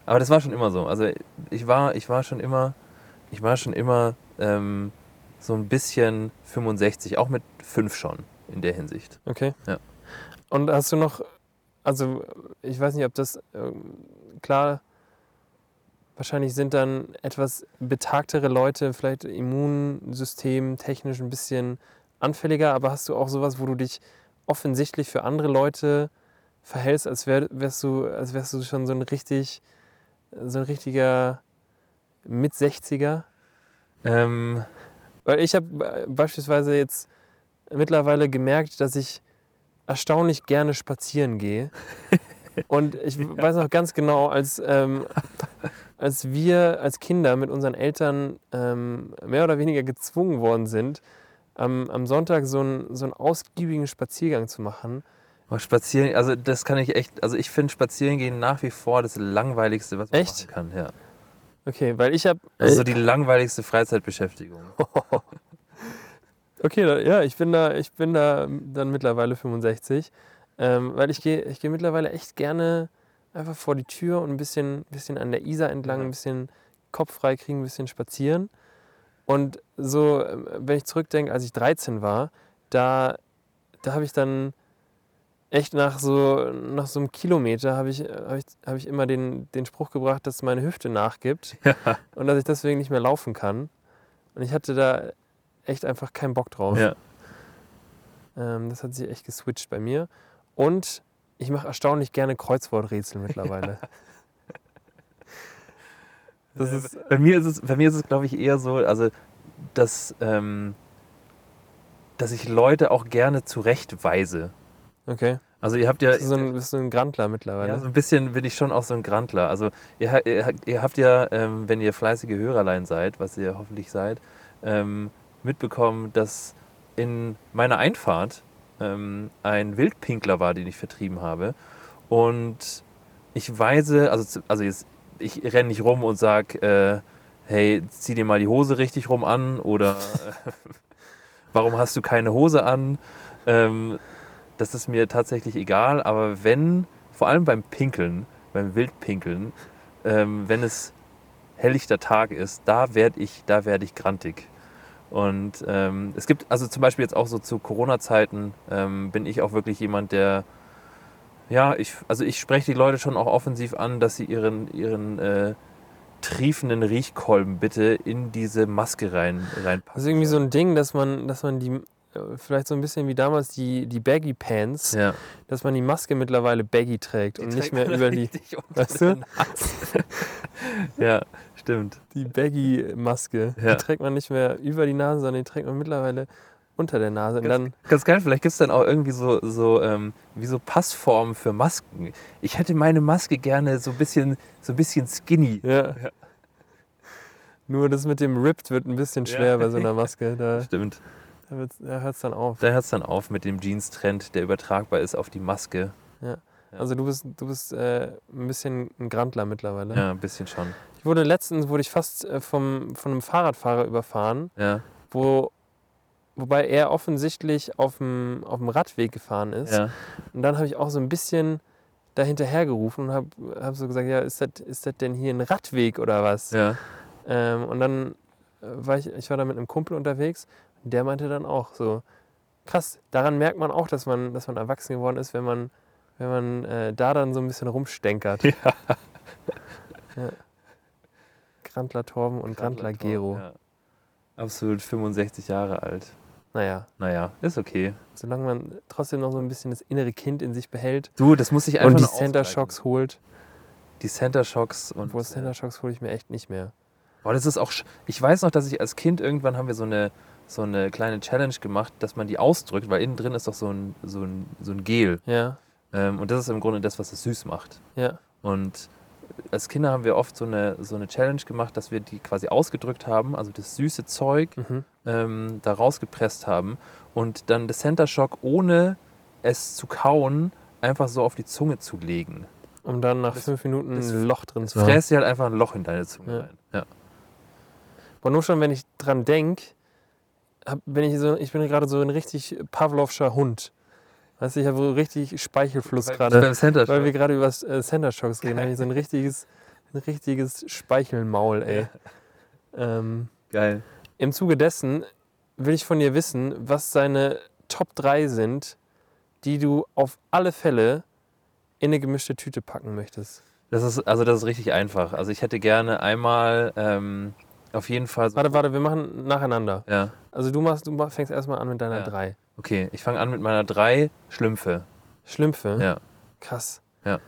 [SPEAKER 2] aber das war schon immer so. Also ich war, ich war schon immer, ich war schon immer ähm, so ein bisschen 65, auch mit 5 schon in der Hinsicht.
[SPEAKER 3] Okay.
[SPEAKER 2] Ja.
[SPEAKER 3] Und hast du noch, also ich weiß nicht, ob das ähm, klar, wahrscheinlich sind dann etwas betagtere Leute vielleicht immunsystem technisch ein bisschen anfälliger, aber hast du auch sowas, wo du dich offensichtlich für andere Leute verhältst, als wär, wärst du, als wärst du schon so ein richtig, so ein richtiger mit 60er?
[SPEAKER 2] Ähm,
[SPEAKER 3] Weil ich habe beispielsweise jetzt mittlerweile gemerkt, dass ich erstaunlich gerne spazieren gehe. Und ich weiß noch ganz genau, als, ähm, als wir als Kinder mit unseren Eltern ähm, mehr oder weniger gezwungen worden sind, am, am Sonntag so einen, so einen ausgiebigen Spaziergang zu machen.
[SPEAKER 2] aber spazieren, also das kann ich echt, also ich finde spazieren gehen nach wie vor das langweiligste, was man
[SPEAKER 3] Echt?
[SPEAKER 2] machen kann. Ja.
[SPEAKER 3] Okay, weil ich habe.
[SPEAKER 2] Also so die langweiligste Freizeitbeschäftigung.
[SPEAKER 3] Okay, da, ja, ich bin da, ich bin da dann mittlerweile 65, ähm, weil ich gehe ich gehe mittlerweile echt gerne einfach vor die Tür und ein bisschen, bisschen an der Isar entlang,
[SPEAKER 2] Ja.
[SPEAKER 3] ein bisschen Kopf frei kriegen, ein bisschen spazieren. Und so, ähm, wenn ich zurückdenke, als ich 13 war, da, da habe ich dann echt nach so, nach so einem Kilometer habe ich, äh, hab ich, hab ich immer den, den Spruch gebracht, dass meine Hüfte nachgibt und dass ich deswegen nicht mehr laufen kann. Und ich hatte da echt einfach keinen Bock drauf.
[SPEAKER 2] Ja.
[SPEAKER 3] Ähm, das hat sich echt geswitcht bei mir. Und ich mache erstaunlich gerne Kreuzworträtsel mittlerweile. Das
[SPEAKER 2] Äh,
[SPEAKER 3] ist,
[SPEAKER 2] bei mir ist es, bei mir ist es, glaube ich, eher so, also dass, ähm, dass ich Leute auch gerne zurechtweise.
[SPEAKER 3] okay.
[SPEAKER 2] Also ihr habt ja,
[SPEAKER 3] Bist du so ein, bist du ein Grandler
[SPEAKER 2] ja so
[SPEAKER 3] mittlerweile?
[SPEAKER 2] ein bisschen bin ich schon auch so ein Grandler. Also ihr, ha- ihr, ha- ihr habt ja, ähm, wenn ihr fleißige Hörerlein seid, was ihr hoffentlich seid, ähm, mitbekommen, dass in meiner Einfahrt ähm, ein Wildpinkler war, den ich vertrieben habe. Und ich weise, also, zu- also jetzt, ich renne nicht rum und sag, äh, hey, zieh dir mal die Hose richtig rum an oder äh, warum hast du keine Hose an? Ähm, das ist mir tatsächlich egal, aber wenn, vor allem beim Pinkeln, beim Wildpinkeln, ähm, wenn es helllichter Tag ist, da werde ich, da werde ich grantig. Und ähm, es gibt also zum Beispiel jetzt auch so zu Corona-Zeiten ähm, bin ich auch wirklich jemand, der ja, ich, also ich spreche die Leute schon auch offensiv an, dass sie ihren, ihren äh, triefenden Riechkolben bitte in diese Maske rein, reinpacken.
[SPEAKER 3] Das ist irgendwie so ein Ding, dass man, dass man die, äh, vielleicht so ein bisschen wie damals die, die Baggy Pants,
[SPEAKER 2] ja.
[SPEAKER 3] dass man die Maske mittlerweile Baggy trägt und nicht mehr über die.
[SPEAKER 2] Richtig unter
[SPEAKER 3] Weißt du?
[SPEAKER 2] den Hals. ja, Stimmt.
[SPEAKER 3] Die Baggy-Maske.
[SPEAKER 2] Ja.
[SPEAKER 3] Die trägt man nicht mehr über die Nase, sondern die trägt man mittlerweile unter der Nase. Und dann,
[SPEAKER 2] Ganz geil, vielleicht gibt es dann auch irgendwie so, so, ähm, wie so Passformen für Masken. Ich hätte meine Maske gerne so ein bisschen, so ein bisschen skinny.
[SPEAKER 3] ja. Nur das mit dem Ripped wird ein bisschen
[SPEAKER 2] Ja.
[SPEAKER 3] schwer bei so einer Maske. Da,
[SPEAKER 2] Stimmt.
[SPEAKER 3] da, wird's- da hört es dann auf.
[SPEAKER 2] Da hört es dann auf mit dem Jeans-Trend, der übertragbar ist auf die Maske. Ja.
[SPEAKER 3] Also du bist, du bist äh, ein bisschen ein Grandler mittlerweile.
[SPEAKER 2] Ja, ein bisschen schon.
[SPEAKER 3] Ich wurde letztens wurde ich fast äh, vom, von einem Fahrradfahrer überfahren,
[SPEAKER 2] Ja,
[SPEAKER 3] wo, wobei er offensichtlich auf dem, auf dem Radweg gefahren ist.
[SPEAKER 2] ja.
[SPEAKER 3] Und dann habe ich auch so ein bisschen dahinterher gerufen und habe hab so gesagt, ja, ist das ist das denn hier ein Radweg oder was?
[SPEAKER 2] ja.
[SPEAKER 3] Ähm, und dann äh, war ich, ich war da mit einem Kumpel unterwegs und der meinte dann auch so, krass, daran merkt man auch, dass man, dass man erwachsen geworden ist, wenn man, wenn man äh, da dann so ein bisschen rumstänkert. Ja. Grandler Torben und Grandler Gero.
[SPEAKER 2] Ja. Absolut 65 Jahre alt.
[SPEAKER 3] Naja,
[SPEAKER 2] Naja, ist okay.
[SPEAKER 3] solange man trotzdem noch so ein bisschen das innere Kind in sich behält
[SPEAKER 2] Du, das muss ich einfach
[SPEAKER 3] und die
[SPEAKER 2] nur
[SPEAKER 3] Center
[SPEAKER 2] ausgleichen.
[SPEAKER 3] Shocks holt,
[SPEAKER 2] Die Center Shocks und. äh,
[SPEAKER 3] obwohl Center Shocks hole ich mir echt nicht mehr.
[SPEAKER 2] Boah, das ist auch. sch- Ich weiß noch, dass ich als Kind irgendwann haben wir so eine, so eine kleine Challenge gemacht, dass man die ausdrückt, weil innen drin ist doch so ein, so ein, so ein Gel.
[SPEAKER 3] Ja,
[SPEAKER 2] Ähm, und das ist im Grunde das, was es süß macht.
[SPEAKER 3] ja.
[SPEAKER 2] Und als Kinder haben wir oft so eine, so eine Challenge gemacht, dass wir die quasi ausgedrückt haben, also das süße Zeug
[SPEAKER 3] Mhm.
[SPEAKER 2] ähm, da rausgepresst haben und dann das Center Shock ohne es zu kauen einfach so auf die Zunge zu legen.
[SPEAKER 3] Um dann nach
[SPEAKER 2] Das-
[SPEAKER 3] fünf Minuten
[SPEAKER 2] das-
[SPEAKER 3] ein Loch drin
[SPEAKER 2] Das
[SPEAKER 3] zu haben.
[SPEAKER 2] fräst dir halt einfach ein Loch in deine Zunge
[SPEAKER 3] Ja.
[SPEAKER 2] rein. Ja.
[SPEAKER 3] Aber nur schon, wenn ich dran denke, bin ich so, ich bin gerade so ein richtig Pavlovscher Hund. Weißt du, ich habe so richtig Speichelfluss gerade.
[SPEAKER 2] Beim Center
[SPEAKER 3] Weil wir
[SPEAKER 2] Shock.
[SPEAKER 3] gerade über äh, Center Shocks reden, habe ich so ein richtiges, ein richtiges Speichelmaul, ey. Ähm,
[SPEAKER 2] Geil.
[SPEAKER 3] Im Zuge dessen will ich von dir wissen, was deine Top 3 sind, die du auf alle Fälle in eine gemischte Tüte packen möchtest.
[SPEAKER 2] Das ist, also das ist richtig einfach. Also ich hätte gerne einmal ähm, auf jeden Fall so.
[SPEAKER 3] Warte, warte, wir machen nacheinander.
[SPEAKER 2] Ja.
[SPEAKER 3] Also du machst, du mach- fängst erstmal an mit deiner
[SPEAKER 2] Ja.
[SPEAKER 3] drei
[SPEAKER 2] Okay, ich fange an mit meiner drei Schlümpfe.
[SPEAKER 3] Schlümpfe.
[SPEAKER 2] Ja.
[SPEAKER 3] Krass.
[SPEAKER 2] Ja.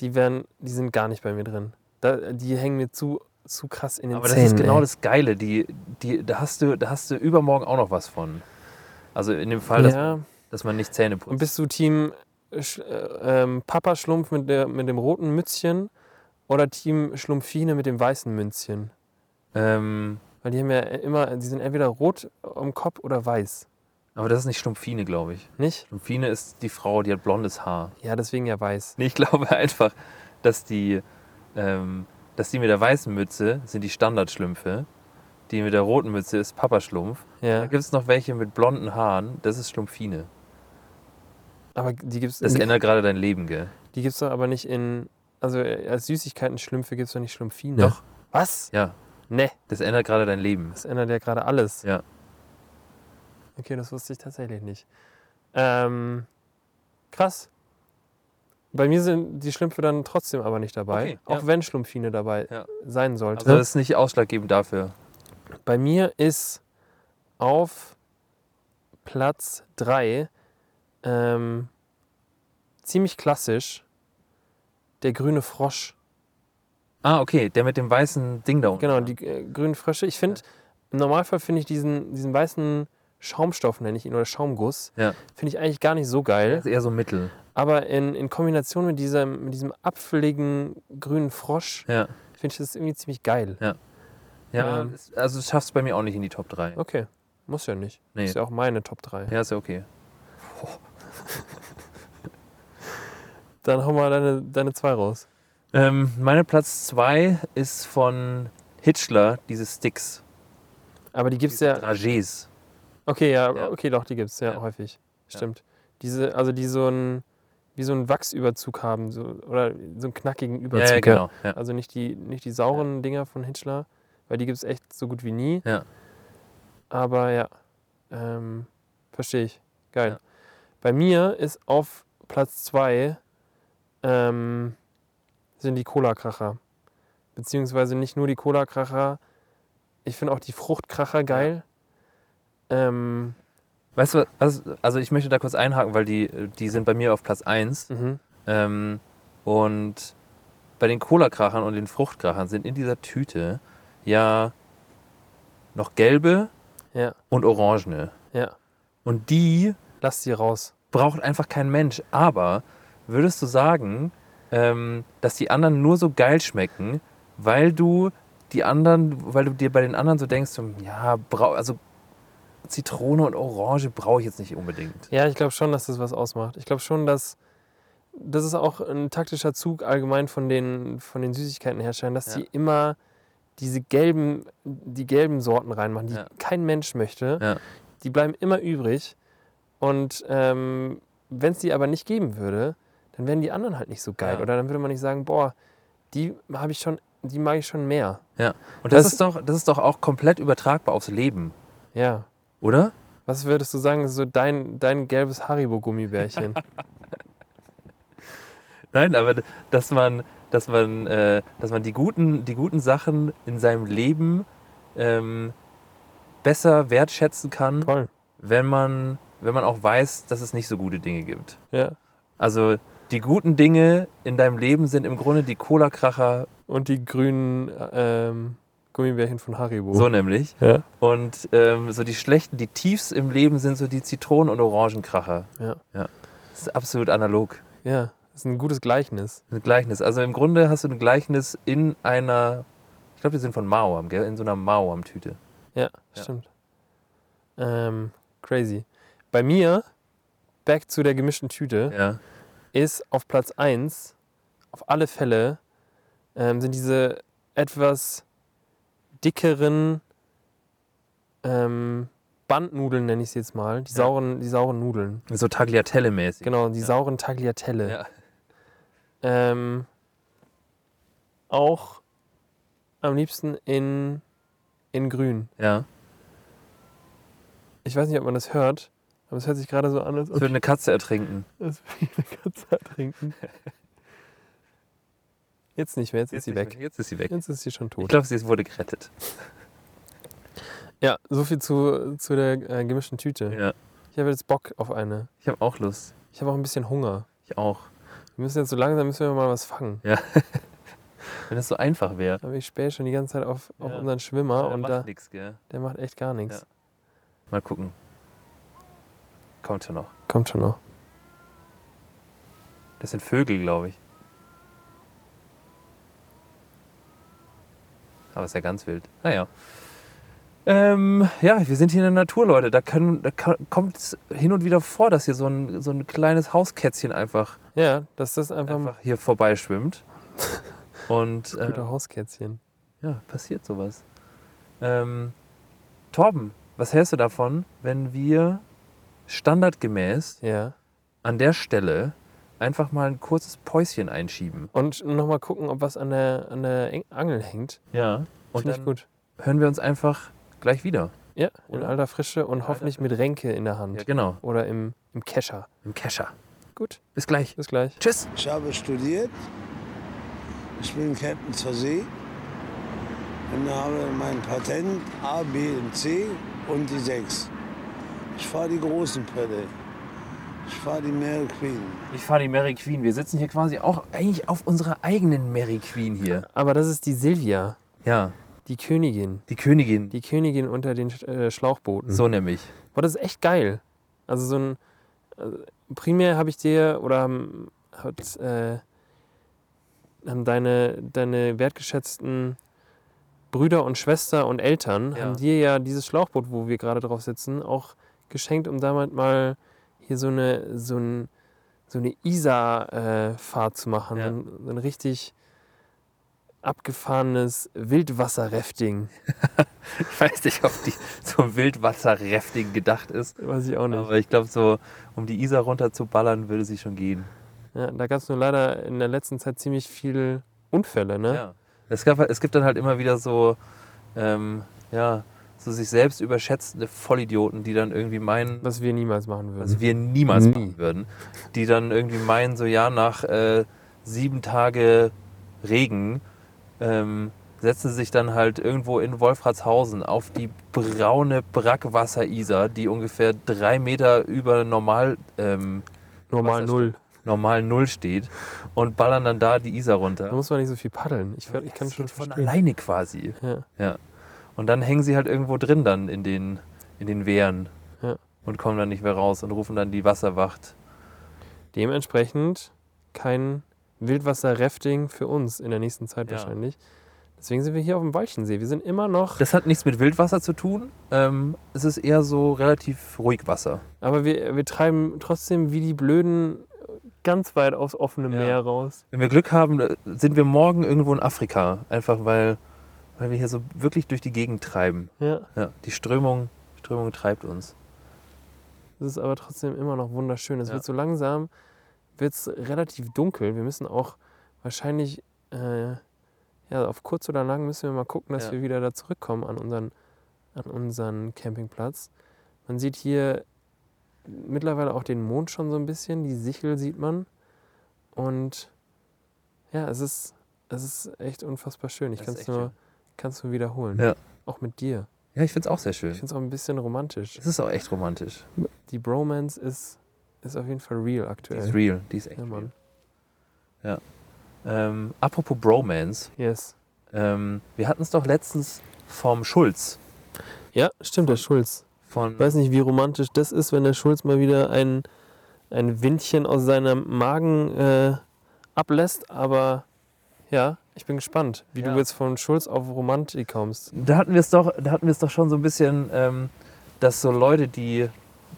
[SPEAKER 3] Die werden, die sind gar nicht bei mir drin. Da, die hängen mir zu, zu krass in den
[SPEAKER 2] Aber das
[SPEAKER 3] Zähnen.
[SPEAKER 2] ist genau
[SPEAKER 3] ey.
[SPEAKER 2] das Geile. Die, die, da, hast du, da hast du übermorgen auch noch was von. Also in dem Fall, dass,
[SPEAKER 3] Ja.
[SPEAKER 2] dass man nicht Zähne
[SPEAKER 3] Und
[SPEAKER 2] putzt.
[SPEAKER 3] bist du Team äh, Sch- äh, ähm, Papa Schlumpf mit, der, mit dem roten Mützchen oder Team Schlumpfine mit dem weißen Münzchen?
[SPEAKER 2] Ähm,
[SPEAKER 3] Weil die haben ja immer, die sind entweder rot am Kopf oder weiß.
[SPEAKER 2] aber das ist nicht Schlumpfine, glaube ich.
[SPEAKER 3] Nicht?
[SPEAKER 2] Schlumpfine ist die Frau, die hat blondes Haar.
[SPEAKER 3] Ja, deswegen ja weiß.
[SPEAKER 2] Nee, ich glaube einfach, dass die, ähm, dass die mit der weißen Mütze sind die Standardschlümpfe. Die mit der roten Mütze ist Papaschlumpf. Da
[SPEAKER 3] Ja.
[SPEAKER 2] gibt es noch welche mit blonden Haaren. Das ist Schlumpfine.
[SPEAKER 3] Aber die gibt's
[SPEAKER 2] Das ändert gerade dein Leben, gell?
[SPEAKER 3] Die gibt es doch aber nicht in. Also äh, als Süßigkeiten-Schlümpfe gibt es doch nicht Schlumpfine.
[SPEAKER 2] Doch.
[SPEAKER 3] Was?
[SPEAKER 2] Ja.
[SPEAKER 3] Ne,
[SPEAKER 2] Das ändert gerade dein Leben.
[SPEAKER 3] das ändert ja gerade alles.
[SPEAKER 2] Ja.
[SPEAKER 3] Okay, das wusste ich tatsächlich nicht. Ähm, krass. Bei mir sind die Schlümpfe dann trotzdem aber nicht dabei.
[SPEAKER 2] Okay, ja.
[SPEAKER 3] auch wenn Schlumpfine dabei
[SPEAKER 2] Ja.
[SPEAKER 3] sein sollte.
[SPEAKER 2] Also das ist nicht ausschlaggebend dafür.
[SPEAKER 3] Bei mir ist auf Platz 3 ähm, ziemlich klassisch der grüne Frosch.
[SPEAKER 2] Ah, okay, der mit dem weißen Ding da unten.
[SPEAKER 3] Genau, die äh, grünen Frösche. Ich finde, im Normalfall finde ich diesen, diesen weißen Schaumstoff, nenne ich ihn, oder Schaumguss,
[SPEAKER 2] Ja.
[SPEAKER 3] finde ich eigentlich gar nicht so
[SPEAKER 2] Das
[SPEAKER 3] geil.
[SPEAKER 2] ist eher so mittel.
[SPEAKER 3] Aber in, in Kombination mit diesem, mit diesem apfeligen grünen Frosch
[SPEAKER 2] Ja.
[SPEAKER 3] finde ich das irgendwie ziemlich geil.
[SPEAKER 2] Ja,
[SPEAKER 3] Ähm.
[SPEAKER 2] es- also es schaffst bei mir auch nicht in die Top 3.
[SPEAKER 3] Okay, muss ja nicht.
[SPEAKER 2] Nee.
[SPEAKER 3] Ist ja auch meine Top 3.
[SPEAKER 2] Ja, ist ja okay.
[SPEAKER 3] Dann hau mal deine, deine zwei raus.
[SPEAKER 2] Ähm, meine Platz 2 ist von Hitchler, diese Sticks.
[SPEAKER 3] Aber die gibt es
[SPEAKER 2] Diese
[SPEAKER 3] ja.
[SPEAKER 2] Dragés.
[SPEAKER 3] Okay, ja,
[SPEAKER 2] Ja.
[SPEAKER 3] okay, doch, die gibt es ja,
[SPEAKER 2] Ja.
[SPEAKER 3] häufig. Stimmt. Diese, also die so ein, wie so einen Wachsüberzug haben, so, oder so einen knackigen
[SPEAKER 2] Ja,
[SPEAKER 3] Überzug.
[SPEAKER 2] ja, genau. Ja.
[SPEAKER 3] Also nicht die, nicht die sauren Dinger von Hitchler, weil die gibt es echt so gut wie nie.
[SPEAKER 2] Ja.
[SPEAKER 3] Aber ja, ähm, verstehe ich. Geil.
[SPEAKER 2] Ja.
[SPEAKER 3] Bei mir ist auf Platz 2 ähm, sind die Cola-Kracher. Beziehungsweise nicht nur die Cola-Kracher, ich finde auch die Fruchtkracher geil. Ähm,
[SPEAKER 2] Weißt du, was, also ich möchte da kurz einhaken, weil die, die sind bei mir auf Platz 1.
[SPEAKER 3] mhm.
[SPEAKER 2] Ähm, und bei den Cola-Krachern und den Fruchtkrachern sind in dieser Tüte ja noch gelbe
[SPEAKER 3] Ja.
[SPEAKER 2] und orangene.
[SPEAKER 3] Ja.
[SPEAKER 2] Und die
[SPEAKER 3] Lass sie raus.
[SPEAKER 2] braucht einfach kein Mensch. Aber würdest du sagen, ähm, dass die anderen nur so geil schmecken, weil du die anderen, weil du dir bei den anderen so denkst, so, ja, brau also Zitrone und Orange brauche ich jetzt nicht unbedingt.
[SPEAKER 3] Ja, ich glaube schon, dass das was ausmacht. Ich glaube schon, dass das ist auch ein taktischer Zug allgemein von den, von den Süßigkeitenherstellern, dass
[SPEAKER 2] Ja.
[SPEAKER 3] sie immer diese gelben, die gelben Sorten reinmachen, die
[SPEAKER 2] Ja.
[SPEAKER 3] kein Mensch möchte.
[SPEAKER 2] Ja.
[SPEAKER 3] Die bleiben immer übrig. Und ähm, wenn es die aber nicht geben würde, dann wären die anderen halt nicht so geil.
[SPEAKER 2] Ja.
[SPEAKER 3] Oder dann würde man nicht sagen, boah, die habe ich schon, die mag ich schon mehr.
[SPEAKER 2] Und das,
[SPEAKER 3] Das-
[SPEAKER 2] ist doch, das ist doch auch komplett übertragbar aufs Leben,
[SPEAKER 3] Ja.
[SPEAKER 2] oder?
[SPEAKER 3] Was würdest du sagen, ist so dein, dein gelbes Haribo-Gummibärchen?
[SPEAKER 2] Nein, aber d- dass man, dass man, äh, dass man die guten, die guten Sachen in seinem Leben ähm, besser wertschätzen kann,
[SPEAKER 3] Toll.
[SPEAKER 2] wenn man, wenn man auch weiß, dass es nicht so gute Dinge gibt.
[SPEAKER 3] Ja.
[SPEAKER 2] Also die guten Dinge in deinem Leben sind im Grunde die Cola-Kracher,
[SPEAKER 3] Und die grünen ähm, Gummibärchen von Haribo.
[SPEAKER 2] so nämlich.
[SPEAKER 3] Ja.
[SPEAKER 2] Und ähm, so die schlechten, die Tiefs im Leben sind so die Zitronen- und Orangenkracher.
[SPEAKER 3] Ja.
[SPEAKER 2] ja. Das ist absolut analog.
[SPEAKER 3] ja, das ist ein gutes Gleichnis.
[SPEAKER 2] Ein Gleichnis. Also im Grunde hast du ein Gleichnis in einer, ich glaube, die sind von Mauam, gell? In so einer Mauam-Tüte.
[SPEAKER 3] Ja,
[SPEAKER 2] Ja.
[SPEAKER 3] stimmt. Ähm, crazy. Bei mir, back zu der gemischten Tüte,
[SPEAKER 2] Ja.
[SPEAKER 3] ist auf Platz 1, auf alle Fälle, ähm, sind diese etwas dickeren ähm, Bandnudeln, nenne ich es jetzt mal. Die,
[SPEAKER 2] Ja.
[SPEAKER 3] sauren, die sauren Nudeln.
[SPEAKER 2] So Tagliatelle-mäßig.
[SPEAKER 3] Genau, die sauren Tagliatelle.
[SPEAKER 2] Ja.
[SPEAKER 3] Ähm, auch am liebsten in, in Grün.
[SPEAKER 2] Ja.
[SPEAKER 3] Ich weiß nicht, ob man das hört, aber es hört sich gerade so an, als
[SPEAKER 2] Das
[SPEAKER 3] ob
[SPEAKER 2] würde eine Katze ertrinken.
[SPEAKER 3] als würde ich eine Katze trinken. Jetzt nicht mehr, jetzt, ist sie weg.
[SPEAKER 2] Jetzt ist sie weg.
[SPEAKER 3] Jetzt ist sie schon
[SPEAKER 2] Ich
[SPEAKER 3] tot.
[SPEAKER 2] glaube, sie wurde gerettet.
[SPEAKER 3] Ja, so viel zu, zu der äh, gemischten Tüte.
[SPEAKER 2] Ja.
[SPEAKER 3] Ich habe jetzt Bock auf eine.
[SPEAKER 2] Ich habe auch Lust.
[SPEAKER 3] Ich habe auch ein bisschen Hunger.
[SPEAKER 2] Ich auch.
[SPEAKER 3] Wir müssen jetzt so langsam müssen wir mal was fangen.
[SPEAKER 2] Wenn das so einfach wäre.
[SPEAKER 3] Aber ich spähe schon die ganze Zeit auf, auf
[SPEAKER 2] Ja.
[SPEAKER 3] unseren Schwimmer
[SPEAKER 2] Der
[SPEAKER 3] und
[SPEAKER 2] macht
[SPEAKER 3] da,
[SPEAKER 2] nix, gell?
[SPEAKER 3] der macht echt gar nichts.
[SPEAKER 2] Ja. Mal gucken. Kommt schon noch.
[SPEAKER 3] Kommt schon noch.
[SPEAKER 2] Das sind Vögel, glaube ich. Aber ist ja ganz wild. Naja. Ähm, ja, wir sind hier in der Natur, Leute. Da, können- da kommt es hin und wieder vor, dass hier so ein, so ein kleines Hauskätzchen einfach,
[SPEAKER 3] Ja, dass das einfach, ein
[SPEAKER 2] einfach hier vorbeischwimmt. Und äh,
[SPEAKER 3] Ähm. guter Hauskätzchen.
[SPEAKER 2] ja, passiert sowas. Ähm, Torben, was hältst du davon, wenn wir standardgemäß
[SPEAKER 3] Ja.
[SPEAKER 2] an der Stelle einfach mal ein kurzes Päuschen einschieben?
[SPEAKER 3] Und nochmal gucken, ob was an der, an der Eng- Angel hängt.
[SPEAKER 2] Ja. Und
[SPEAKER 3] Finde ich
[SPEAKER 2] dann
[SPEAKER 3] gut.
[SPEAKER 2] hören wir uns einfach gleich wieder.
[SPEAKER 3] Ja, in
[SPEAKER 2] oder?
[SPEAKER 3] alter Frische und
[SPEAKER 2] alter
[SPEAKER 3] hoffentlich mit Ränke in der Hand.
[SPEAKER 2] Ja, genau.
[SPEAKER 3] Oder im, im Kescher.
[SPEAKER 2] Im Kescher.
[SPEAKER 3] Gut,
[SPEAKER 2] Bis gleich.
[SPEAKER 3] bis gleich.
[SPEAKER 2] Tschüss.
[SPEAKER 5] Ich habe studiert. Ich bin Captain zur See und habe mein Patent A, B und C und die 6. Ich fahre die großen Pferde. Ich fahre die Mary Queen.
[SPEAKER 4] Ich fahre die Mary Queen. Wir sitzen hier quasi auch.
[SPEAKER 2] Eigentlich auf unserer eigenen Mary Queen hier.
[SPEAKER 3] Aber das ist die Silvia,
[SPEAKER 2] Ja,
[SPEAKER 3] die Königin.
[SPEAKER 2] die Königin.
[SPEAKER 3] Die Königin unter den Sch- äh, Schlauchbooten.
[SPEAKER 2] So nämlich.
[SPEAKER 3] Boah, das ist echt geil. Also so ein. Äh, primär habe ich dir oder haben, hat, äh, haben deine, deine wertgeschätzten Brüder und Schwester und Eltern
[SPEAKER 2] Ja.
[SPEAKER 3] haben dir ja dieses Schlauchboot, wo wir gerade drauf sitzen, auch geschenkt, um damit mal hier so eine so, ein, so eine Isar-Fahrt zu machen.
[SPEAKER 2] Ja.
[SPEAKER 3] So ein, so ein richtig abgefahrenes Wildwasserrafting.
[SPEAKER 2] Ich weiß nicht, ob die so wildwasserreftig gedacht ist.
[SPEAKER 3] Weiß ich auch nicht.
[SPEAKER 2] Aber ich glaube, so um die Isar runter zu ballern, würde sie schon gehen.
[SPEAKER 3] Ja, da gab es nur leider in der letzten Zeit ziemlich viele Unfälle, ne?
[SPEAKER 2] Ja. Es, gab, es gibt dann halt immer wieder so, ähm, ja, so sich selbst überschätzende Vollidioten, die dann irgendwie meinen,
[SPEAKER 3] Was wir niemals machen würden.
[SPEAKER 2] was Also wir niemals
[SPEAKER 3] Nie.
[SPEAKER 2] machen würden, die dann irgendwie meinen, so ja, nach äh, sieben Tage Regen ähm, setzen sich dann halt irgendwo in Wolfratshausen auf die braune Brackwasser-Isar, die ungefähr drei Meter über normal ähm,
[SPEAKER 3] Normal
[SPEAKER 2] Wasserstand-
[SPEAKER 3] null.
[SPEAKER 2] normal Null steht und ballern dann da die Isar runter.
[SPEAKER 3] Da muss man nicht so viel paddeln. Ich, ver- ich kann
[SPEAKER 2] Das
[SPEAKER 3] schon
[SPEAKER 2] geht von
[SPEAKER 3] verstehen.
[SPEAKER 2] alleine quasi.
[SPEAKER 3] Ja.
[SPEAKER 2] Und dann hängen sie halt irgendwo drin dann in den, in den Wehren
[SPEAKER 3] Ja.
[SPEAKER 2] und kommen dann nicht mehr raus und rufen dann die Wasserwacht.
[SPEAKER 3] Dementsprechend kein Wildwasser-Rafting für uns in der nächsten Zeit
[SPEAKER 2] Ja.
[SPEAKER 3] wahrscheinlich. Deswegen sind wir hier auf dem Walchensee. Wir sind immer noch,
[SPEAKER 2] Das hat nichts mit Wildwasser zu tun. Ähm, es ist eher so relativ ruhig Wasser.
[SPEAKER 3] aber wir, wir treiben trotzdem wie die Blöden ganz weit aufs offene
[SPEAKER 2] Ja.
[SPEAKER 3] Meer raus.
[SPEAKER 2] Wenn wir Glück haben, äh, sind wir morgen irgendwo in Afrika. Einfach weil, weil wir hier so wirklich durch die Gegend treiben.
[SPEAKER 3] Ja,
[SPEAKER 2] Ja, die Strömung, Strömung treibt uns.
[SPEAKER 3] es ist aber trotzdem immer noch wunderschön. Es
[SPEAKER 2] Ja.
[SPEAKER 3] wird so langsam, wird es relativ dunkel. Wir müssen auch wahrscheinlich, äh, ja, auf kurz oder lang müssen wir mal gucken, dass
[SPEAKER 2] Ja.
[SPEAKER 3] wir wieder da zurückkommen an unseren, an unseren Campingplatz. Man sieht hier mittlerweile auch den Mond schon so ein bisschen, die Sichel sieht man. Und ja, es ist, es ist echt unfassbar schön. Ich
[SPEAKER 2] Das
[SPEAKER 3] kann
[SPEAKER 2] ist
[SPEAKER 3] es
[SPEAKER 2] echt
[SPEAKER 3] nur,
[SPEAKER 2] schön.
[SPEAKER 3] kann's nur wiederholen.
[SPEAKER 2] Ja.
[SPEAKER 3] Auch mit dir.
[SPEAKER 2] Ja, ich finde es auch sehr schön.
[SPEAKER 3] Ich finde es auch ein bisschen romantisch
[SPEAKER 2] Es ist auch echt romantisch.
[SPEAKER 3] die Bromance ist, ist auf jeden Fall real
[SPEAKER 2] Die
[SPEAKER 3] aktuell.
[SPEAKER 2] ist real. Die ist echt
[SPEAKER 3] Ja, Mann.
[SPEAKER 2] real. Ähm, apropos Bromance.
[SPEAKER 3] Yes.
[SPEAKER 2] Ähm, wir hatten es doch letztens vom Schulz.
[SPEAKER 3] Ja, stimmt, der Schulz.
[SPEAKER 2] Von,
[SPEAKER 3] Ich weiß nicht, wie romantisch das ist, wenn der Schulz mal wieder ein, ein Windchen aus seinem Magen äh, ablässt, aber ja, ich bin gespannt, wie
[SPEAKER 2] Ja.
[SPEAKER 3] du jetzt von Schulz auf Romantik kommst.
[SPEAKER 2] da hatten wir es doch, da hatten wir es doch schon so ein bisschen, ähm, dass so Leute, die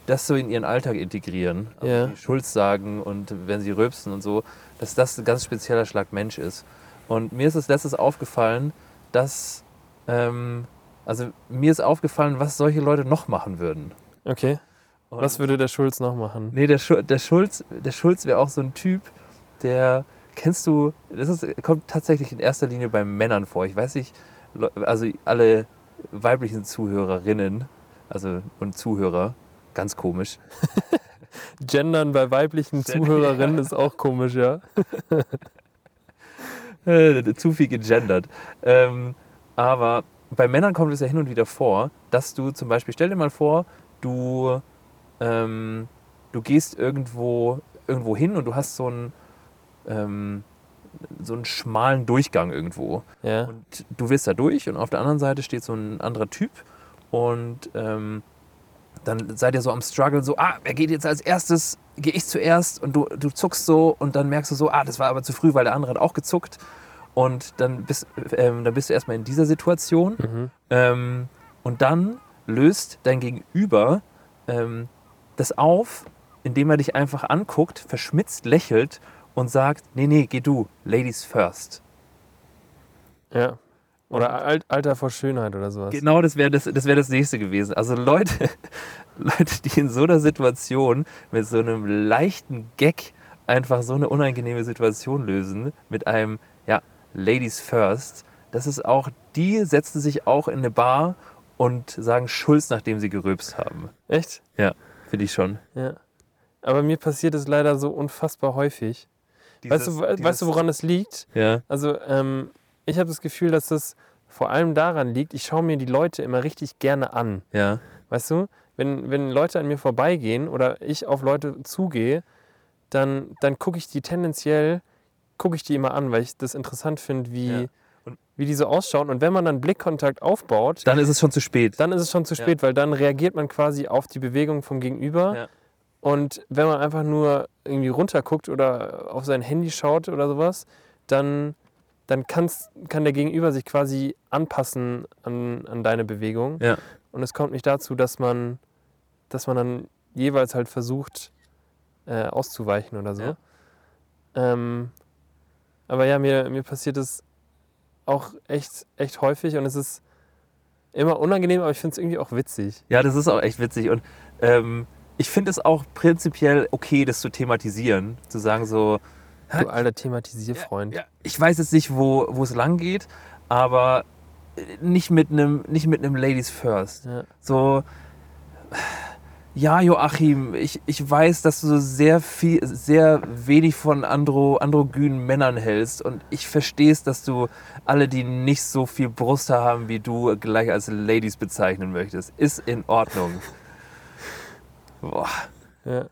[SPEAKER 2] das so in ihren Alltag integrieren, also
[SPEAKER 3] Ja.
[SPEAKER 2] die Schulz sagen und wenn sie rülpsen und so, dass das ein ganz spezieller Schlag Mensch ist. Und mir ist es letztes aufgefallen, dass ähm, also mir ist aufgefallen, was solche Leute noch machen würden.
[SPEAKER 3] Okay,
[SPEAKER 2] Und-
[SPEAKER 3] was würde der Schulz noch machen?
[SPEAKER 2] Nee, der, Schu der Schulz, der Schulz wäre auch so ein Typ, der kennst du, das ist, kommt tatsächlich in erster Linie bei Männern vor. Ich weiß nicht, Le- also alle weiblichen Zuhörerinnen, also und Zuhörer, ganz komisch.
[SPEAKER 3] Gendern bei weiblichen Zuhörerinnen ist auch komisch, ja?
[SPEAKER 2] Äh, zu viel gegendert. Ähm, aber bei Männern kommt es ja hin und wieder vor, dass du zum Beispiel, stell dir mal vor, du, ähm, du gehst irgendwo, irgendwo hin und du hast so einen, ähm, so einen schmalen Durchgang irgendwo.
[SPEAKER 3] Ja,
[SPEAKER 2] Und du willst da durch und auf der anderen Seite steht so ein anderer Typ und ähm, dann seid ihr so am Struggle, so, ah, wer geht jetzt als erstes? Gehe ich zuerst? Und du, du zuckst so und dann merkst du so, ah, das war aber zu früh, weil der andere hat auch gezuckt. Und dann bist, ähm, dann bist du erstmal in dieser Situation
[SPEAKER 3] mhm.
[SPEAKER 2] ähm, und dann löst dein Gegenüber ähm, das auf, indem er dich einfach anguckt, verschmitzt lächelt und sagt, nee, nee, geh du, Ladies first.
[SPEAKER 3] ja. Oder Al- Alter vor Schönheit oder sowas.
[SPEAKER 2] Genau, das wäre das, das, wär das nächste gewesen. Also Leute, Leute, die in so einer Situation mit so einem leichten Gag einfach so eine unangenehme Situation lösen, mit einem, ja, Ladies First, das ist auch, die setzen sich auch in eine Bar und sagen Schulz, nachdem sie gerülpst haben.
[SPEAKER 3] Echt?
[SPEAKER 2] Ja, finde ich schon.
[SPEAKER 3] Ja. Aber mir passiert es leider so unfassbar häufig. weißt, du,
[SPEAKER 2] Dieses-
[SPEAKER 3] we-
[SPEAKER 2] dieses-
[SPEAKER 3] weißt du, woran es liegt?
[SPEAKER 2] Ja,
[SPEAKER 3] Also, ähm, ich habe das Gefühl, dass das vor allem daran liegt, ich schaue mir die Leute immer richtig gerne an.
[SPEAKER 2] ja.
[SPEAKER 3] Weißt du, wenn, wenn Leute an mir vorbeigehen oder ich auf Leute zugehe, dann, dann gucke ich die tendenziell, gucke ich die immer an, weil ich das interessant finde, wie,
[SPEAKER 2] Ja. Und-
[SPEAKER 3] wie die so ausschauen. Und wenn man dann Blickkontakt aufbaut,
[SPEAKER 2] Dann ist es schon zu spät.
[SPEAKER 3] dann ist es schon zu
[SPEAKER 2] Ja.
[SPEAKER 3] spät, weil dann reagiert man quasi auf die Bewegung vom Gegenüber.
[SPEAKER 2] Ja.
[SPEAKER 3] Und wenn man einfach nur irgendwie runterguckt oder auf sein Handy schaut oder sowas, dann, dann kann's, kann der Gegenüber sich quasi anpassen an, an deine Bewegung.
[SPEAKER 2] Ja.
[SPEAKER 3] Und es kommt nicht dazu, dass man, dass man dann jeweils halt versucht äh, auszuweichen oder so.
[SPEAKER 2] Ja.
[SPEAKER 3] Ähm, aber ja, mir, mir passiert es auch echt, echt häufig und es ist immer unangenehm, aber ich finde es irgendwie auch witzig.
[SPEAKER 2] Ja, das ist auch echt witzig. Und ähm, ich finde es auch prinzipiell okay, das zu thematisieren. Zu sagen so,
[SPEAKER 3] Du alter Thematisierfreund.
[SPEAKER 2] Ja, ich weiß jetzt nicht, wo, wo es lang geht, aber äh, nicht mit einem nicht mit einem Ladies First.
[SPEAKER 3] Ja.
[SPEAKER 2] So ja, Joachim, ich, ich weiß, dass du sehr viel sehr wenig von andro, androgynen Männern hältst und ich verstehe es, dass du alle, die nicht so viel Brust haben wie du, gleich als Ladies bezeichnen möchtest. Ist in Ordnung. Boah.
[SPEAKER 3] Ja.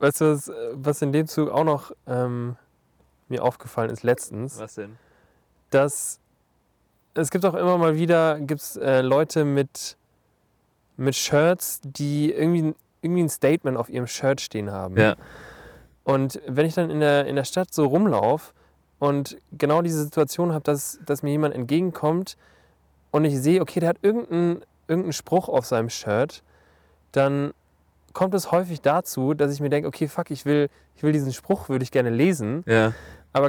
[SPEAKER 3] Weißt du, was, äh, was in dem Zug auch noch ähm, mir aufgefallen ist letztens,
[SPEAKER 2] Was denn?
[SPEAKER 3] dass es gibt auch immer mal wieder gibt's, äh, Leute mit, mit Shirts, die irgendwie, irgendwie ein Statement auf ihrem Shirt stehen haben.
[SPEAKER 2] Ja.
[SPEAKER 3] Und wenn ich dann in der, in der Stadt so rumlaufe und genau diese Situation habe, dass, dass mir jemand entgegenkommt und ich sehe, okay, der hat irgendeinen irgendeinen Spruch auf seinem Shirt, dann kommt es häufig dazu, dass ich mir denke, okay, fuck, ich will, ich will diesen Spruch, würde ich gerne lesen.
[SPEAKER 2] Ja.
[SPEAKER 3] Aber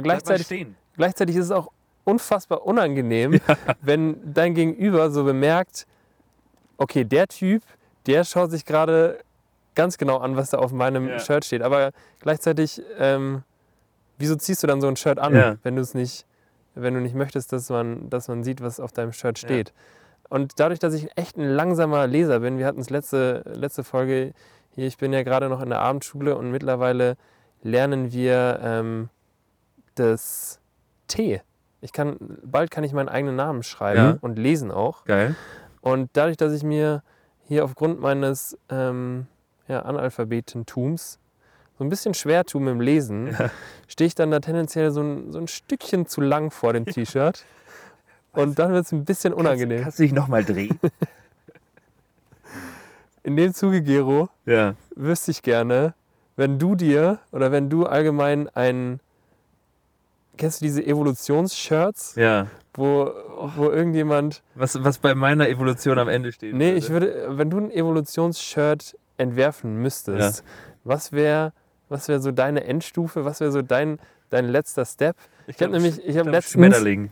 [SPEAKER 2] Bleib mal
[SPEAKER 3] gleichzeitig
[SPEAKER 2] stehen.
[SPEAKER 3] Gleichzeitig ist es auch unfassbar unangenehm, wenn dein Gegenüber so bemerkt, okay, der Typ, der schaut sich gerade ganz genau an, was da auf meinem
[SPEAKER 4] Ja.
[SPEAKER 3] Shirt steht. Aber gleichzeitig, ähm, wieso ziehst du dann so ein Shirt an,
[SPEAKER 2] Ja.
[SPEAKER 3] wenn du es nicht, wenn du nicht möchtest, dass man, dass man sieht, was auf deinem Shirt steht? Und dadurch, dass ich echt ein langsamer Leser bin, wir hatten es letzte, letzte Folge hier, ich bin ja gerade noch in der Abendschule und mittlerweile lernen wir ähm, das T. Ich kann, bald kann ich meinen eigenen Namen schreiben
[SPEAKER 2] Ja.
[SPEAKER 3] und lesen auch.
[SPEAKER 2] Geil.
[SPEAKER 3] Und dadurch, dass ich mir hier aufgrund meines ähm, ja, Analphabetentums so ein bisschen schwer tue mit dem Lesen, stehe ich dann da tendenziell so ein, so ein Stückchen zu lang vor dem T-Shirt. Und dann wird es ein bisschen unangenehm.
[SPEAKER 2] Kannst du dich nochmal drehen?
[SPEAKER 3] In dem Zuge, Gero,
[SPEAKER 2] ja.
[SPEAKER 3] wüsste ich gerne, wenn du dir oder wenn du allgemein ein. Kennst du diese Evolutions-Shirts,
[SPEAKER 2] Ja.
[SPEAKER 3] wo, wo irgendjemand
[SPEAKER 2] Was, was bei meiner Evolution am Ende steht.
[SPEAKER 3] Nee, ich würde, wenn du ein Evolutionsshirt entwerfen müsstest, was wäre was wär so deine Endstufe, was wäre so dein, dein letzter Step? Ich habe nämlich, ich habe letztens Hm?
[SPEAKER 2] Schmetterling.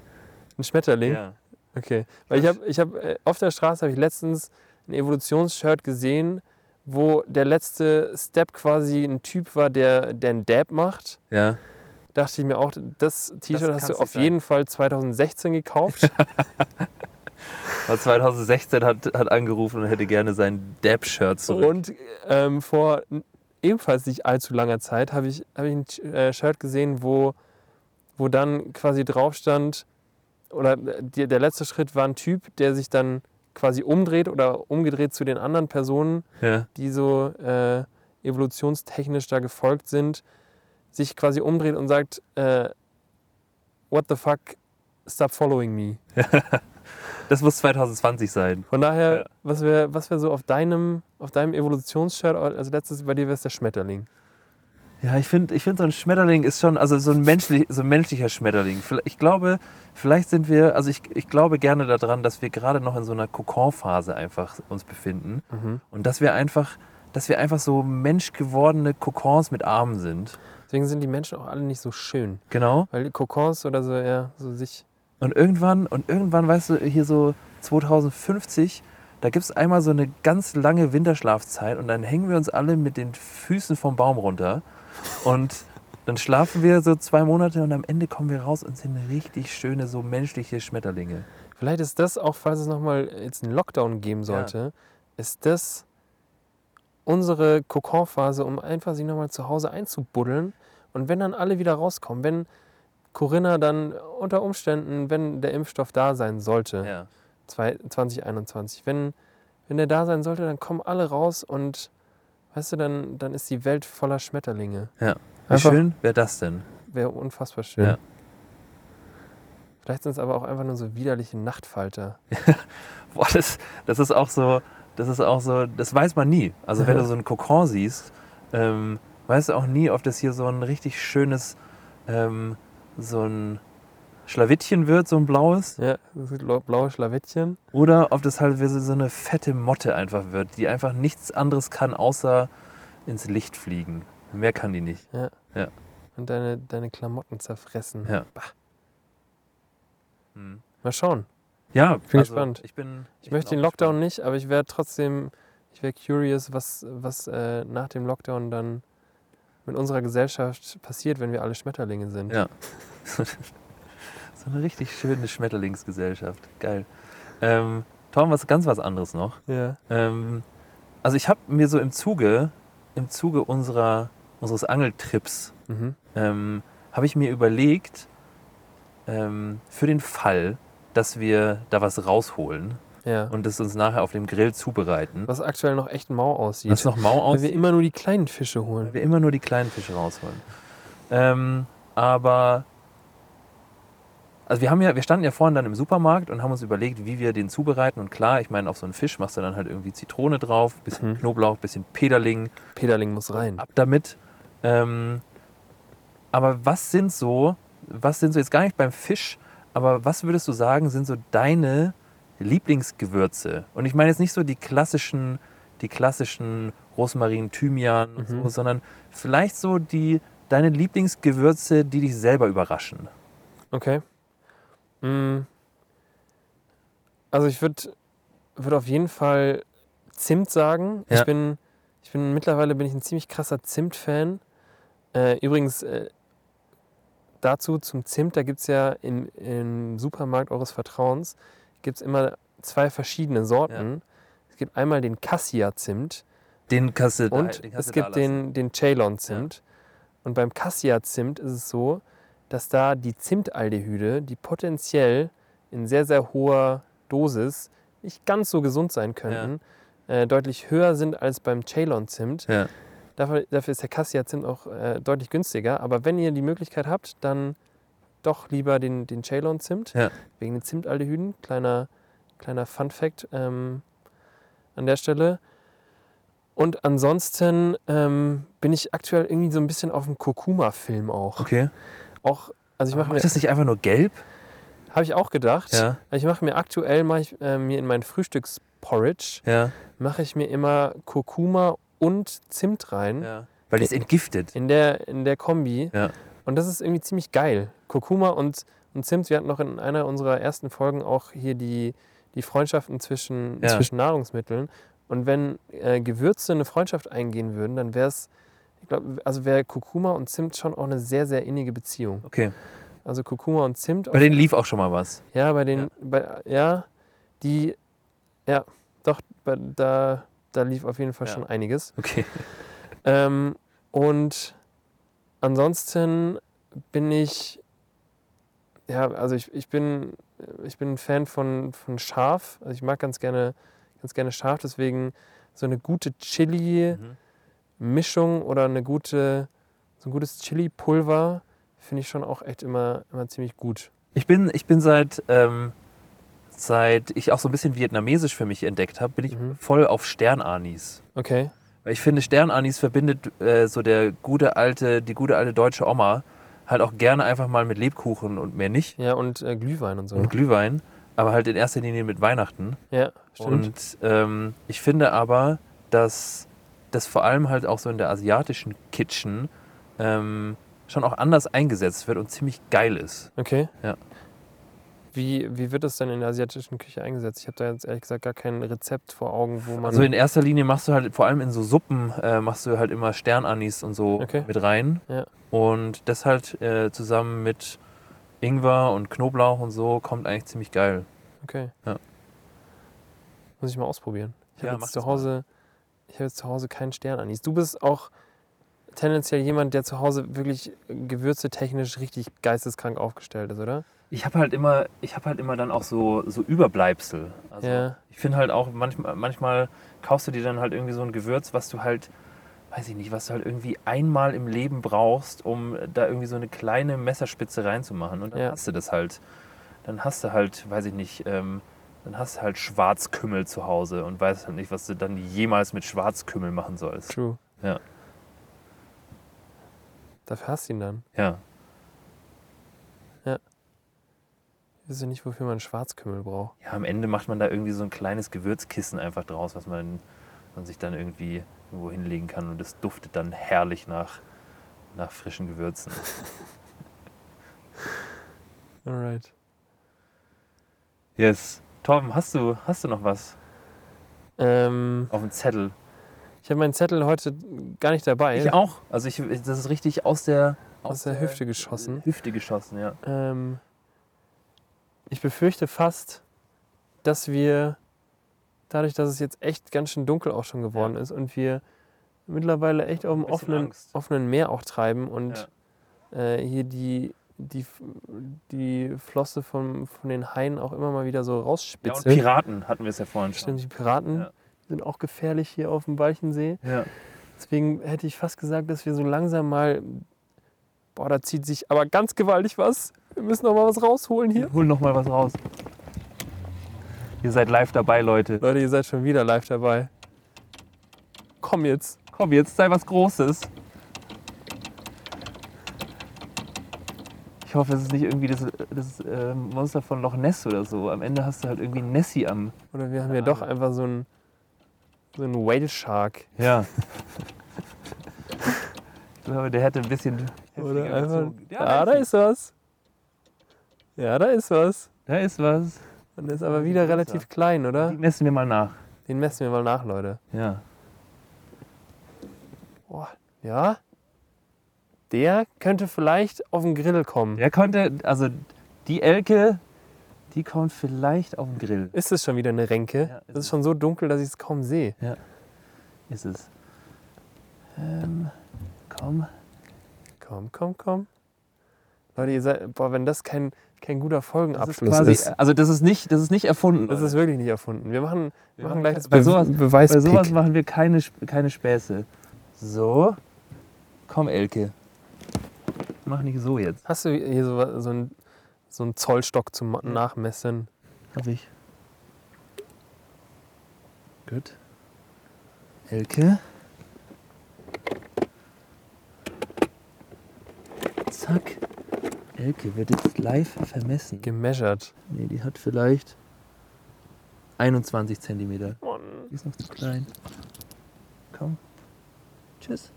[SPEAKER 3] ein Schmetterling.
[SPEAKER 2] Ja.
[SPEAKER 3] Okay, weil ich habe, ich habe auf der Straße habe ich letztens ein Evolutionsshirt gesehen, wo der letzte Step quasi ein Typ war, der, der einen Dab macht.
[SPEAKER 2] Ja.
[SPEAKER 3] Dachte ich mir auch, das T-Shirt hast
[SPEAKER 2] kann's
[SPEAKER 3] du
[SPEAKER 2] nicht
[SPEAKER 3] auf
[SPEAKER 2] sein.
[SPEAKER 3] jeden Fall 2016 gekauft.
[SPEAKER 2] Weil 2016 hat, hat angerufen und hätte gerne sein Dab-Shirt zurück.
[SPEAKER 3] Und ähm, vor n- ebenfalls nicht allzu langer Zeit habe ich, habe ich ein T- äh, Shirt gesehen, wo, wo dann quasi drauf stand, oder äh, die, der letzte Schritt war ein Typ, der sich dann quasi umdreht oder umgedreht zu den anderen Personen,
[SPEAKER 2] Ja.
[SPEAKER 3] die so äh, evolutionstechnisch da gefolgt sind, sich quasi umdreht und sagt, äh, what the fuck, stop following me.
[SPEAKER 2] Das muss 2020 sein.
[SPEAKER 3] Von daher,
[SPEAKER 2] Ja.
[SPEAKER 3] was wäre was wär so auf deinem, auf deinem Evolutionsshirt, also letztes bei dir wäre es der Schmetterling.
[SPEAKER 2] Ja, ich finde, ich find, so ein Schmetterling ist schon, also so ein, menschlich, so ein menschlicher Schmetterling. Vielleicht- Ich glaube, vielleicht sind wir, also ich, ich glaube gerne daran, dass wir gerade noch in so einer Kokon-Phase einfach uns befinden.
[SPEAKER 3] Mhm.
[SPEAKER 2] Und dass wir einfach, dass wir einfach so menschgewordene Kokons mit Armen sind.
[SPEAKER 3] Deswegen sind die Menschen auch alle nicht so schön.
[SPEAKER 2] Genau.
[SPEAKER 3] Weil die Kokons oder so, ja, so sich.
[SPEAKER 2] Und irgendwann, und irgendwann, weißt du, hier so 2050, da gibt es einmal so eine ganz lange Winterschlafzeit und dann hängen wir uns alle mit den Füßen vom Baum runter. Und dann schlafen wir so zwei Monate und am Ende kommen wir raus und sind richtig schöne, so menschliche Schmetterlinge.
[SPEAKER 3] Vielleicht ist das auch, falls es nochmal jetzt einen Lockdown geben sollte, ist das unsere Kokonphase, um einfach sich nochmal zu Hause einzubuddeln. Und wenn dann alle wieder rauskommen, wenn Corinna dann unter Umständen, wenn der Impfstoff da sein sollte,
[SPEAKER 2] Ja.
[SPEAKER 3] zwei- 2021. Wenn, wenn der da sein sollte, dann kommen alle raus und weißt du, dann, dann ist die Welt voller Schmetterlinge.
[SPEAKER 2] Ja. Wie
[SPEAKER 3] Einfach-
[SPEAKER 2] schön wäre das denn?
[SPEAKER 3] Wäre unfassbar schön.
[SPEAKER 2] Ja.
[SPEAKER 3] Vielleicht sind es aber auch einfach nur so widerliche Nachtfalter.
[SPEAKER 2] Boah, das, das ist auch so, das ist auch so, das weiß man nie. Also wenn du so einen Kokon siehst, ähm, weißt du auch nie, ob das hier so ein richtig schönes, ähm, so ein Schlawittchen wird, so ein blaues,
[SPEAKER 3] Ja, das sind lau- blaue Schlawittchen.
[SPEAKER 2] oder ob das halt wie so so eine fette Motte einfach wird, die einfach nichts anderes kann, außer ins Licht fliegen. Mehr kann die nicht.
[SPEAKER 3] Und deine, deine Klamotten zerfressen.
[SPEAKER 2] Ja.
[SPEAKER 3] Bah.
[SPEAKER 2] Hm.
[SPEAKER 3] Mal schauen.
[SPEAKER 2] Ja, also
[SPEAKER 3] Bin gespannt.
[SPEAKER 2] Ich bin.
[SPEAKER 3] Ich, möchte den Lockdown nicht, aber ich wäre trotzdem, ich wäre curious, was, was äh, nach dem Lockdown dann mit unserer Gesellschaft passiert, wenn wir alle Schmetterlinge sind.
[SPEAKER 2] Ja. So eine richtig schöne Schmetterlingsgesellschaft. Geil. Ähm, Tom, was ganz was anderes noch.
[SPEAKER 3] ja.
[SPEAKER 2] Ähm, also ich habe mir so im Zuge, im Zuge unserer, unseres Angeltrips,
[SPEAKER 3] Mhm.
[SPEAKER 2] ähm, habe ich mir überlegt, ähm, für den Fall, dass wir da was rausholen,
[SPEAKER 3] Ja.
[SPEAKER 2] und das uns nachher auf dem Grill zubereiten.
[SPEAKER 3] Was aktuell noch echt mau aussieht.
[SPEAKER 2] Das noch mau
[SPEAKER 3] weil
[SPEAKER 2] aus,
[SPEAKER 3] wir
[SPEAKER 2] weil
[SPEAKER 3] immer nur die kleinen Fische holen.
[SPEAKER 2] wir immer nur die kleinen Fische rausholen. Ähm, aber also wir haben ja, wir standen ja vorhin dann im Supermarkt und haben uns überlegt, wie wir den zubereiten. Und klar, ich meine, auf so einen Fisch machst du dann halt irgendwie Zitrone drauf, bisschen
[SPEAKER 3] Mhm.
[SPEAKER 2] Knoblauch, bisschen Peterling,
[SPEAKER 3] Peterling muss rein.
[SPEAKER 2] ab damit. Ähm, aber was sind so, was sind so jetzt gar nicht beim Fisch, aber was würdest du sagen, sind so deine Lieblingsgewürze? Und ich meine jetzt nicht so die klassischen, die klassischen Rosmarin, Thymian, und
[SPEAKER 3] Mhm.
[SPEAKER 2] so, sondern vielleicht so die deine Lieblingsgewürze, die dich selber überraschen.
[SPEAKER 3] Okay. Mm. Also ich würde würd auf jeden Fall Zimt sagen.
[SPEAKER 2] Ja.
[SPEAKER 3] Ich bin, ich bin mittlerweile bin ich ein ziemlich krasser Zimt-Fan. Äh, übrigens äh, dazu zum Zimt, da gibt es ja im, im Supermarkt eures Vertrauens gibt's immer zwei verschiedene Sorten. Es gibt einmal den Cassia-Zimt
[SPEAKER 2] Den Kasse
[SPEAKER 3] und
[SPEAKER 2] den kannst
[SPEAKER 3] es
[SPEAKER 2] du
[SPEAKER 3] gibt
[SPEAKER 2] da lassen.
[SPEAKER 3] den, den Ceylon-Zimt. Und beim Cassia-Zimt ist es so, dass da die Zimtaldehyde, die potenziell in sehr, sehr hoher Dosis nicht ganz so gesund sein könnten, äh, deutlich höher sind als beim Ceylon-Zimt.
[SPEAKER 2] Ja.
[SPEAKER 3] Dafür, dafür ist der Cassia-Zimt auch äh, deutlich günstiger. Aber wenn ihr die Möglichkeit habt, dann doch lieber den, den Ceylon-Zimt.
[SPEAKER 2] Ja.
[SPEAKER 3] Wegen den Zimtaldehyden. Kleiner, kleiner Fun-Fact ähm, an der Stelle. Und ansonsten ähm, bin ich aktuell irgendwie so ein bisschen auf dem Kurkuma-Film auch.
[SPEAKER 2] Okay.
[SPEAKER 3] Auch, also ich mache mir,
[SPEAKER 2] Ist das nicht einfach nur gelb?
[SPEAKER 3] habe ich auch gedacht.
[SPEAKER 2] Ja.
[SPEAKER 3] Ich mache mir aktuell, mache ich äh, mir in mein Frühstücksporridge,
[SPEAKER 2] Ja.
[SPEAKER 3] mache ich mir immer Kurkuma und Zimt rein.
[SPEAKER 2] ja. Hm? Weil die ist entgiftet.
[SPEAKER 3] In der, in der Kombi.
[SPEAKER 2] Ja.
[SPEAKER 3] Und das ist irgendwie ziemlich geil. Kurkuma und, und Zimt, wir hatten noch in einer unserer ersten Folgen auch hier die, die Freundschaften zwischen,
[SPEAKER 2] Ja.
[SPEAKER 3] zwischen Nahrungsmitteln. Und wenn äh, Gewürze eine Freundschaft eingehen würden, dann wäre es, ich glaube, also wäre Kurkuma und Zimt schon auch eine sehr, sehr innige Beziehung.
[SPEAKER 2] Okay.
[SPEAKER 3] Also Kurkuma und Zimt,
[SPEAKER 2] Bei denen lief auch schon mal was.
[SPEAKER 3] ja, bei den,
[SPEAKER 2] Ja.
[SPEAKER 3] Bei, ja, die, ja, doch, bei, da, da lief auf jeden Fall
[SPEAKER 2] Ja.
[SPEAKER 3] schon einiges.
[SPEAKER 2] Okay.
[SPEAKER 3] Ähm, und ansonsten bin ich, ja, also ich, ich, bin, ich bin ein Fan von, von Schaf. Also ich mag ganz gerne, ganz gerne Schaf, deswegen so eine gute Chili-Mischung oder eine gute, so ein gutes Chili-Pulver finde ich schon auch echt immer, immer ziemlich gut.
[SPEAKER 2] Ich bin, ich bin seit, ähm, seit ich auch so ein bisschen vietnamesisch für mich entdeckt habe, bin ich
[SPEAKER 3] Mhm.
[SPEAKER 2] voll auf Sternanis.
[SPEAKER 3] Okay.
[SPEAKER 2] Weil ich finde, Sternanis verbindet äh, so der gute alte, die gute alte deutsche Oma halt auch gerne einfach mal mit Lebkuchen und mehr nicht
[SPEAKER 3] Ja, und äh, Glühwein und so.
[SPEAKER 2] und Glühwein, aber halt in erster Linie mit Weihnachten.
[SPEAKER 3] ja, stimmt.
[SPEAKER 2] Und ähm, ich finde aber, dass das vor allem halt auch so in der asiatischen Kitchen ähm, schon auch anders eingesetzt wird und ziemlich geil ist.
[SPEAKER 3] Okay.
[SPEAKER 2] Ja.
[SPEAKER 3] Wie, wie wird das denn in der asiatischen Küche eingesetzt? Ich habe da jetzt ehrlich gesagt gar kein Rezept vor Augen, wo man.
[SPEAKER 2] Also in erster Linie machst du halt vor allem in so Suppen äh, machst du halt immer Sternanis und so
[SPEAKER 3] Okay.
[SPEAKER 2] mit rein.
[SPEAKER 3] Ja.
[SPEAKER 2] Und das halt äh, zusammen mit Ingwer und Knoblauch und so kommt eigentlich ziemlich geil.
[SPEAKER 3] okay.
[SPEAKER 2] Ja.
[SPEAKER 3] Muss ich mal ausprobieren. Ich
[SPEAKER 2] Ja,
[SPEAKER 3] habe
[SPEAKER 2] mach
[SPEAKER 3] jetzt
[SPEAKER 2] das
[SPEAKER 3] zu Hause, ich habe jetzt zu Hause keinen Sternanis. Du bist auch tendenziell jemand, der zu Hause wirklich gewürzetechnisch richtig geisteskrank aufgestellt ist, oder?
[SPEAKER 2] Ich habe halt immer, ich habe halt immer dann auch so, so Überbleibsel. Also
[SPEAKER 3] Ja.
[SPEAKER 2] ich finde halt auch manchmal, manchmal kaufst du dir dann halt irgendwie so ein Gewürz, was du halt, weiß ich nicht, was du halt irgendwie einmal im Leben brauchst, um da irgendwie so eine kleine Messerspitze reinzumachen. Und dann
[SPEAKER 3] Ja.
[SPEAKER 2] hast du das halt. Dann hast du halt, weiß ich nicht, ähm, dann hast du halt Schwarzkümmel zu Hause und weißt halt nicht, was du dann jemals mit Schwarzkümmel machen sollst.
[SPEAKER 3] True.
[SPEAKER 2] Ja.
[SPEAKER 3] Dafür hast du ihn dann.
[SPEAKER 2] Ja.
[SPEAKER 3] Ich weiß ja nicht, wofür man Schwarzkümmel braucht.
[SPEAKER 2] Ja, am Ende macht man da irgendwie so ein kleines Gewürzkissen einfach draus, was man, man sich dann irgendwie irgendwo hinlegen kann und es duftet dann herrlich nach, nach frischen Gewürzen.
[SPEAKER 3] Alright.
[SPEAKER 2] Yes. Torben, hast du, hast du noch was
[SPEAKER 3] Ähm,
[SPEAKER 2] auf dem Zettel?
[SPEAKER 3] ich habe meinen Zettel heute gar nicht dabei.
[SPEAKER 2] Ich auch. Also ich, das ist richtig aus der,
[SPEAKER 3] Aus der Hüfte geschossen.
[SPEAKER 2] Hüfte geschossen, ja.
[SPEAKER 3] Ähm, ich befürchte fast, dass wir dadurch, dass es jetzt echt ganz schön dunkel auch schon geworden ist und wir mittlerweile echt auf dem
[SPEAKER 2] Ein bisschen
[SPEAKER 3] offenen,
[SPEAKER 2] Angst.
[SPEAKER 3] offenen Meer auch treiben und äh, hier die die, die Flosse vom, von den Haien auch immer mal wieder so
[SPEAKER 4] Ja, und
[SPEAKER 3] rausspitzen.
[SPEAKER 4] Piraten hatten wir es ja vorhin schon.
[SPEAKER 3] Stimmt, die Piraten
[SPEAKER 4] Ja.
[SPEAKER 3] sind auch gefährlich hier auf dem Walchensee.
[SPEAKER 4] Ja.
[SPEAKER 3] Deswegen hätte ich fast gesagt, dass wir so langsam mal. Boah, da zieht sich aber ganz gewaltig was. Wir müssen noch mal was rausholen hier.
[SPEAKER 2] Hol noch mal was raus. Ihr seid live dabei, Leute.
[SPEAKER 3] Leute, ihr seid schon wieder live dabei. Komm jetzt.
[SPEAKER 2] Komm, jetzt sei was Großes. Ich hoffe, es ist nicht irgendwie das, das äh, Monster von Loch Ness oder so. Am Ende hast du halt irgendwie Nessie am.
[SPEAKER 3] Oder wir haben ja doch einfach so einen, so einen Whale Shark.
[SPEAKER 2] Ja. ich glaube, der hätte ein bisschen.
[SPEAKER 3] Oder
[SPEAKER 2] heftiger
[SPEAKER 3] einfach.
[SPEAKER 2] gezogen.
[SPEAKER 3] Ja, da ist was. Ja, da ist was.
[SPEAKER 2] da ist was.
[SPEAKER 3] Und der ist aber wieder relativ klein, oder?
[SPEAKER 2] Den messen wir mal nach.
[SPEAKER 3] Den messen wir mal nach, Leute.
[SPEAKER 2] Ja.
[SPEAKER 3] Boah, ja. Der könnte vielleicht auf den Grill kommen.
[SPEAKER 2] Der konnte, also die Elke, die kommt vielleicht auf den Grill.
[SPEAKER 3] Ist es schon wieder eine Ränke?
[SPEAKER 2] Ja, ist
[SPEAKER 3] es ist
[SPEAKER 2] es.
[SPEAKER 3] schon so dunkel, dass ich es kaum sehe.
[SPEAKER 2] Ist es. Ähm, komm.
[SPEAKER 3] Komm, komm, komm. Leute, ihr seid, boah, wenn das kein, kein guter Folgenabschluss ist.
[SPEAKER 2] Quasi, also das ist nicht, das ist nicht erfunden.
[SPEAKER 3] das ist wirklich nicht erfunden. Wir machen, wir machen
[SPEAKER 2] machen
[SPEAKER 3] gleich das
[SPEAKER 2] bei
[SPEAKER 3] Be
[SPEAKER 2] sowas-
[SPEAKER 3] Beweis.
[SPEAKER 2] Bei sowas machen wir keine, Sp- keine Späße. So. Komm, Elke. Mach nicht so jetzt.
[SPEAKER 3] Hast du hier so, so, einen, so einen Zollstock zum Nachmessen?
[SPEAKER 2] Hab ich. Gut. Elke. Zack. Elke wird jetzt live vermessen.
[SPEAKER 3] Gemeasured.
[SPEAKER 2] Nee, die hat vielleicht 21 Zentimeter. Die ist noch zu klein. Komm. Tschüss.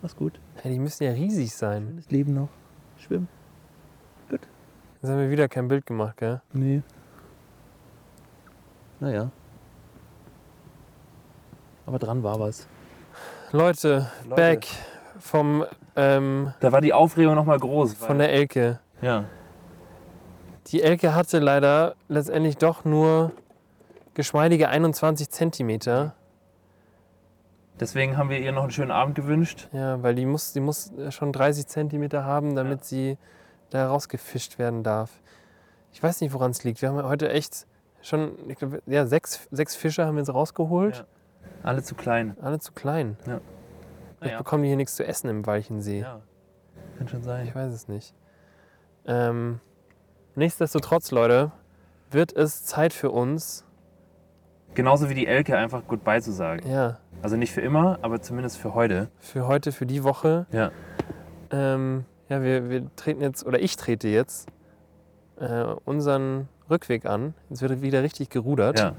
[SPEAKER 2] Mach's gut.
[SPEAKER 3] Hey, die müssen ja riesig sein.
[SPEAKER 2] Schönes Leben noch. Schwimmen.
[SPEAKER 3] Jetzt haben wir wieder kein Bild gemacht, gell?
[SPEAKER 2] Nee. Naja. Aber dran war was.
[SPEAKER 3] Leute, back vom, ähm,
[SPEAKER 4] Da war die Aufregung nochmal groß.
[SPEAKER 3] von der Elke.
[SPEAKER 2] Ja.
[SPEAKER 3] Die Elke hatte leider letztendlich doch nur geschmeidige 21 Zentimeter.
[SPEAKER 4] Deswegen haben wir ihr noch einen schönen Abend gewünscht.
[SPEAKER 3] Ja, weil die muss, die muss äh, schon 30 Zentimeter haben, damit sie da rausgefischt werden darf. Ich weiß nicht, woran es liegt. Wir haben heute echt schon, ich glaube, ja, sechs, sechs Fische haben wir jetzt rausgeholt.
[SPEAKER 4] Alle zu klein.
[SPEAKER 3] Alle zu klein.
[SPEAKER 4] Ja.
[SPEAKER 3] Vielleicht
[SPEAKER 4] Naja.
[SPEAKER 3] bekommen die hier nichts zu essen im Weichensee.
[SPEAKER 4] Ja.
[SPEAKER 2] Kann schon sein.
[SPEAKER 3] Ich weiß es nicht. Ähm, nichtsdestotrotz, Leute, wird es Zeit für uns.
[SPEAKER 4] Genauso wie die Elke einfach Goodbye zu sagen.
[SPEAKER 3] Ja,
[SPEAKER 4] Also nicht für immer, aber zumindest für heute.
[SPEAKER 3] für heute, für die Woche.
[SPEAKER 4] Ja.
[SPEAKER 3] Ähm, ja, wir, wir treten jetzt, oder ich trete jetzt, äh, unseren Rückweg an. Jetzt wird wieder richtig gerudert.
[SPEAKER 4] Ja.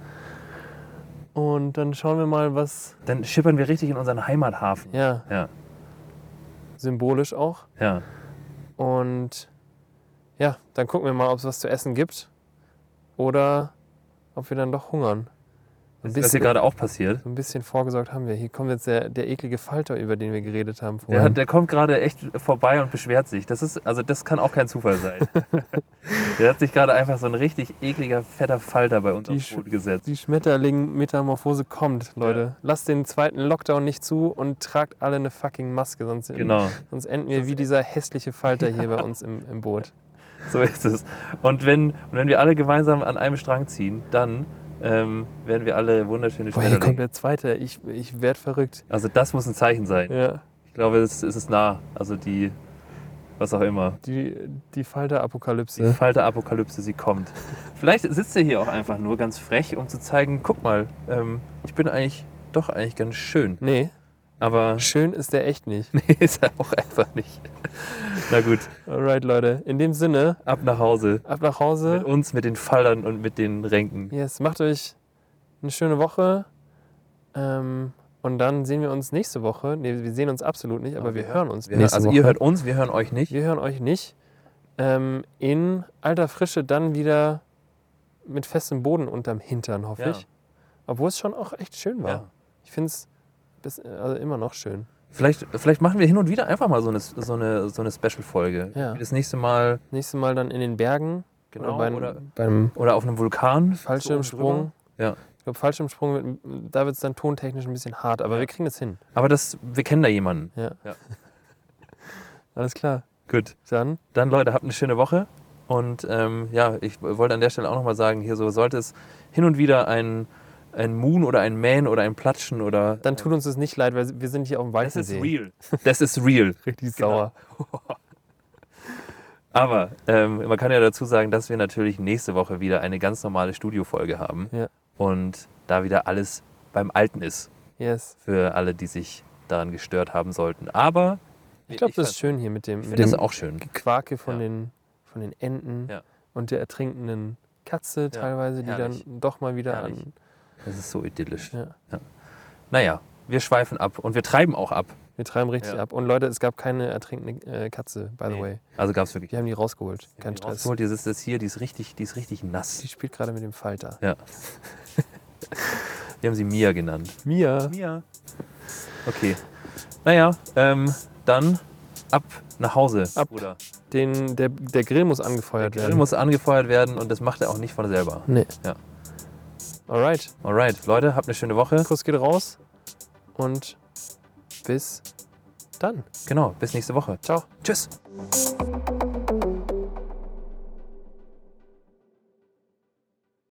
[SPEAKER 3] Und dann schauen wir mal, was,
[SPEAKER 4] Dann schippern wir richtig in unseren Heimathafen.
[SPEAKER 3] ja,
[SPEAKER 4] Ja.
[SPEAKER 3] symbolisch auch.
[SPEAKER 4] Ja.
[SPEAKER 3] Und ja, dann gucken wir mal, ob es was zu essen gibt. Oder ob wir dann doch hungern. Ein
[SPEAKER 4] Das ist hier gerade auch passiert.
[SPEAKER 3] So ein bisschen vorgesorgt haben wir. Hier kommt jetzt der, der eklige Falter, über den wir geredet haben
[SPEAKER 4] Der,
[SPEAKER 3] vorhin.
[SPEAKER 4] hat, der kommt gerade echt vorbei und beschwert sich. Das ist, also das kann auch kein Zufall sein. der hat sich gerade einfach so ein richtig ekliger, fetter Falter bei uns
[SPEAKER 3] Die
[SPEAKER 4] aufs Boot gesetzt.
[SPEAKER 3] Die Schmetterling-Metamorphose kommt, Leute.
[SPEAKER 4] Ja.
[SPEAKER 3] Lasst den zweiten Lockdown nicht zu und tragt alle eine fucking Maske, sonst,
[SPEAKER 4] Genau,
[SPEAKER 3] sonst enden wir wie dieser hässliche Falter hier bei uns im, im Boot.
[SPEAKER 4] so ist es. Und wenn, und wenn wir alle gemeinsam an einem Strang ziehen, dann ähm, werden wir alle wunderschöne
[SPEAKER 3] Boah, hier kommt
[SPEAKER 4] Schmetterlinge.
[SPEAKER 3] der zweite. Ich, ich werd verrückt.
[SPEAKER 4] Also das muss ein Zeichen sein.
[SPEAKER 3] Ja,
[SPEAKER 4] Ich glaube, es, es ist nah. Also die, was auch immer.
[SPEAKER 3] die, die
[SPEAKER 4] Die
[SPEAKER 3] Falter-Apokalypse.
[SPEAKER 4] Falter-Apokalypse, sie kommt. Vielleicht sitzt er hier auch einfach nur ganz frech, um zu zeigen, guck mal, ähm, ich bin eigentlich doch eigentlich ganz schön.
[SPEAKER 3] Nee,
[SPEAKER 4] Aber
[SPEAKER 3] schön ist der echt nicht.
[SPEAKER 4] Nee, ist er auch einfach nicht. Na gut,
[SPEAKER 3] Alright, Leute. In dem Sinne,
[SPEAKER 4] ab nach Hause.
[SPEAKER 3] ab
[SPEAKER 4] Mit
[SPEAKER 3] nach Hause.
[SPEAKER 4] uns, mit den Fallern und mit den Ränken.
[SPEAKER 3] Yes, macht euch eine schöne Woche. Ähm, und dann sehen wir uns nächste Woche. Nee, wir sehen uns absolut nicht, aber wir hören uns
[SPEAKER 4] Wir,
[SPEAKER 3] nächste
[SPEAKER 4] also
[SPEAKER 3] Woche.
[SPEAKER 4] ihr hört uns, wir hören euch nicht.
[SPEAKER 3] wir hören euch nicht. Ähm, in alter Frische dann wieder mit festem Boden unterm Hintern, hoffe
[SPEAKER 4] Ja.
[SPEAKER 3] ich. Obwohl es schon auch echt schön war.
[SPEAKER 4] Ja.
[SPEAKER 3] Ich finde es bis- also immer noch schön.
[SPEAKER 4] Vielleicht, vielleicht machen wir hin und wieder einfach mal so eine, so eine, so eine Special-Folge.
[SPEAKER 3] Ja.
[SPEAKER 4] Das nächste Mal
[SPEAKER 3] Nächstes Mal dann in den Bergen
[SPEAKER 4] genau,
[SPEAKER 3] oder, bei,
[SPEAKER 4] oder,
[SPEAKER 3] beim
[SPEAKER 4] oder auf einem Vulkan.
[SPEAKER 3] Fallschirmsprung.
[SPEAKER 4] drüber. Ja.
[SPEAKER 3] Ich glaube, Fallschirmsprung, wird, da wird es dann tontechnisch ein bisschen hart, aber wir kriegen das hin.
[SPEAKER 4] Aber das, wir kennen da jemanden.
[SPEAKER 3] Ja.
[SPEAKER 4] Ja.
[SPEAKER 3] Alles klar.
[SPEAKER 2] Gut.
[SPEAKER 3] Dann
[SPEAKER 2] Dann Leute, habt eine schöne Woche. Und ähm, ja, ich wollte an der Stelle auch nochmal sagen, hier so sollte es hin und wieder ein, ein Moon oder ein Man oder ein Platschen oder...
[SPEAKER 3] Dann tut uns das nicht leid, weil wir sind hier auf dem
[SPEAKER 2] das ist
[SPEAKER 3] Weißensee.
[SPEAKER 2] real. Das ist real. Genau.
[SPEAKER 3] Richtig sauer.
[SPEAKER 2] Aber ähm, man kann ja dazu sagen, dass wir natürlich nächste Woche wieder eine ganz normale Studiofolge haben.
[SPEAKER 3] Ja.
[SPEAKER 2] Und da wieder alles beim Alten ist.
[SPEAKER 3] Yes.
[SPEAKER 2] Für alle, die sich daran gestört haben sollten. Aber
[SPEAKER 3] Ich glaube, das ist
[SPEAKER 2] fand-
[SPEAKER 3] schön hier mit dem, mit
[SPEAKER 2] das
[SPEAKER 3] dem
[SPEAKER 2] ist auch schön.
[SPEAKER 3] Gequake von,
[SPEAKER 2] Ja.
[SPEAKER 3] den, von den Enten
[SPEAKER 2] Ja.
[SPEAKER 3] und der ertrinkenden Katze teilweise, die
[SPEAKER 2] herrlich.
[SPEAKER 3] dann doch mal wieder
[SPEAKER 2] Herrlich.
[SPEAKER 3] an.
[SPEAKER 2] Das ist so idyllisch.
[SPEAKER 3] Ja.
[SPEAKER 2] Naja, wir schweifen ab und wir treiben auch ab.
[SPEAKER 3] Wir treiben richtig
[SPEAKER 2] Ja.
[SPEAKER 3] ab. Und Leute, es gab keine ertrinkende äh, Katze, by the
[SPEAKER 2] Nee.
[SPEAKER 3] way.
[SPEAKER 2] Also gab es wirklich.
[SPEAKER 3] Wir haben die rausgeholt. Kein Stress.
[SPEAKER 2] Rausgeholt, die sitzt jetzt hier, die ist richtig, die ist richtig
[SPEAKER 3] Die
[SPEAKER 2] nass.
[SPEAKER 3] spielt gerade mit dem Falter.
[SPEAKER 2] Ja. Wir haben sie Mia genannt.
[SPEAKER 3] Mia.
[SPEAKER 2] Mia. Okay. Naja, ähm, dann ab nach Hause.
[SPEAKER 3] Ab.
[SPEAKER 2] Bruder.
[SPEAKER 3] Den, der, der Grill muss angefeuert
[SPEAKER 2] Grill
[SPEAKER 3] werden.
[SPEAKER 2] muss angefeuert werden und das macht er auch nicht von selber.
[SPEAKER 3] nee.
[SPEAKER 2] Ja.
[SPEAKER 3] Alright.
[SPEAKER 2] Alright, Leute, habt eine schöne Woche.
[SPEAKER 3] Kuss geht raus. Und bis dann.
[SPEAKER 2] Genau, bis nächste Woche.
[SPEAKER 3] Ciao.
[SPEAKER 2] Tschüss.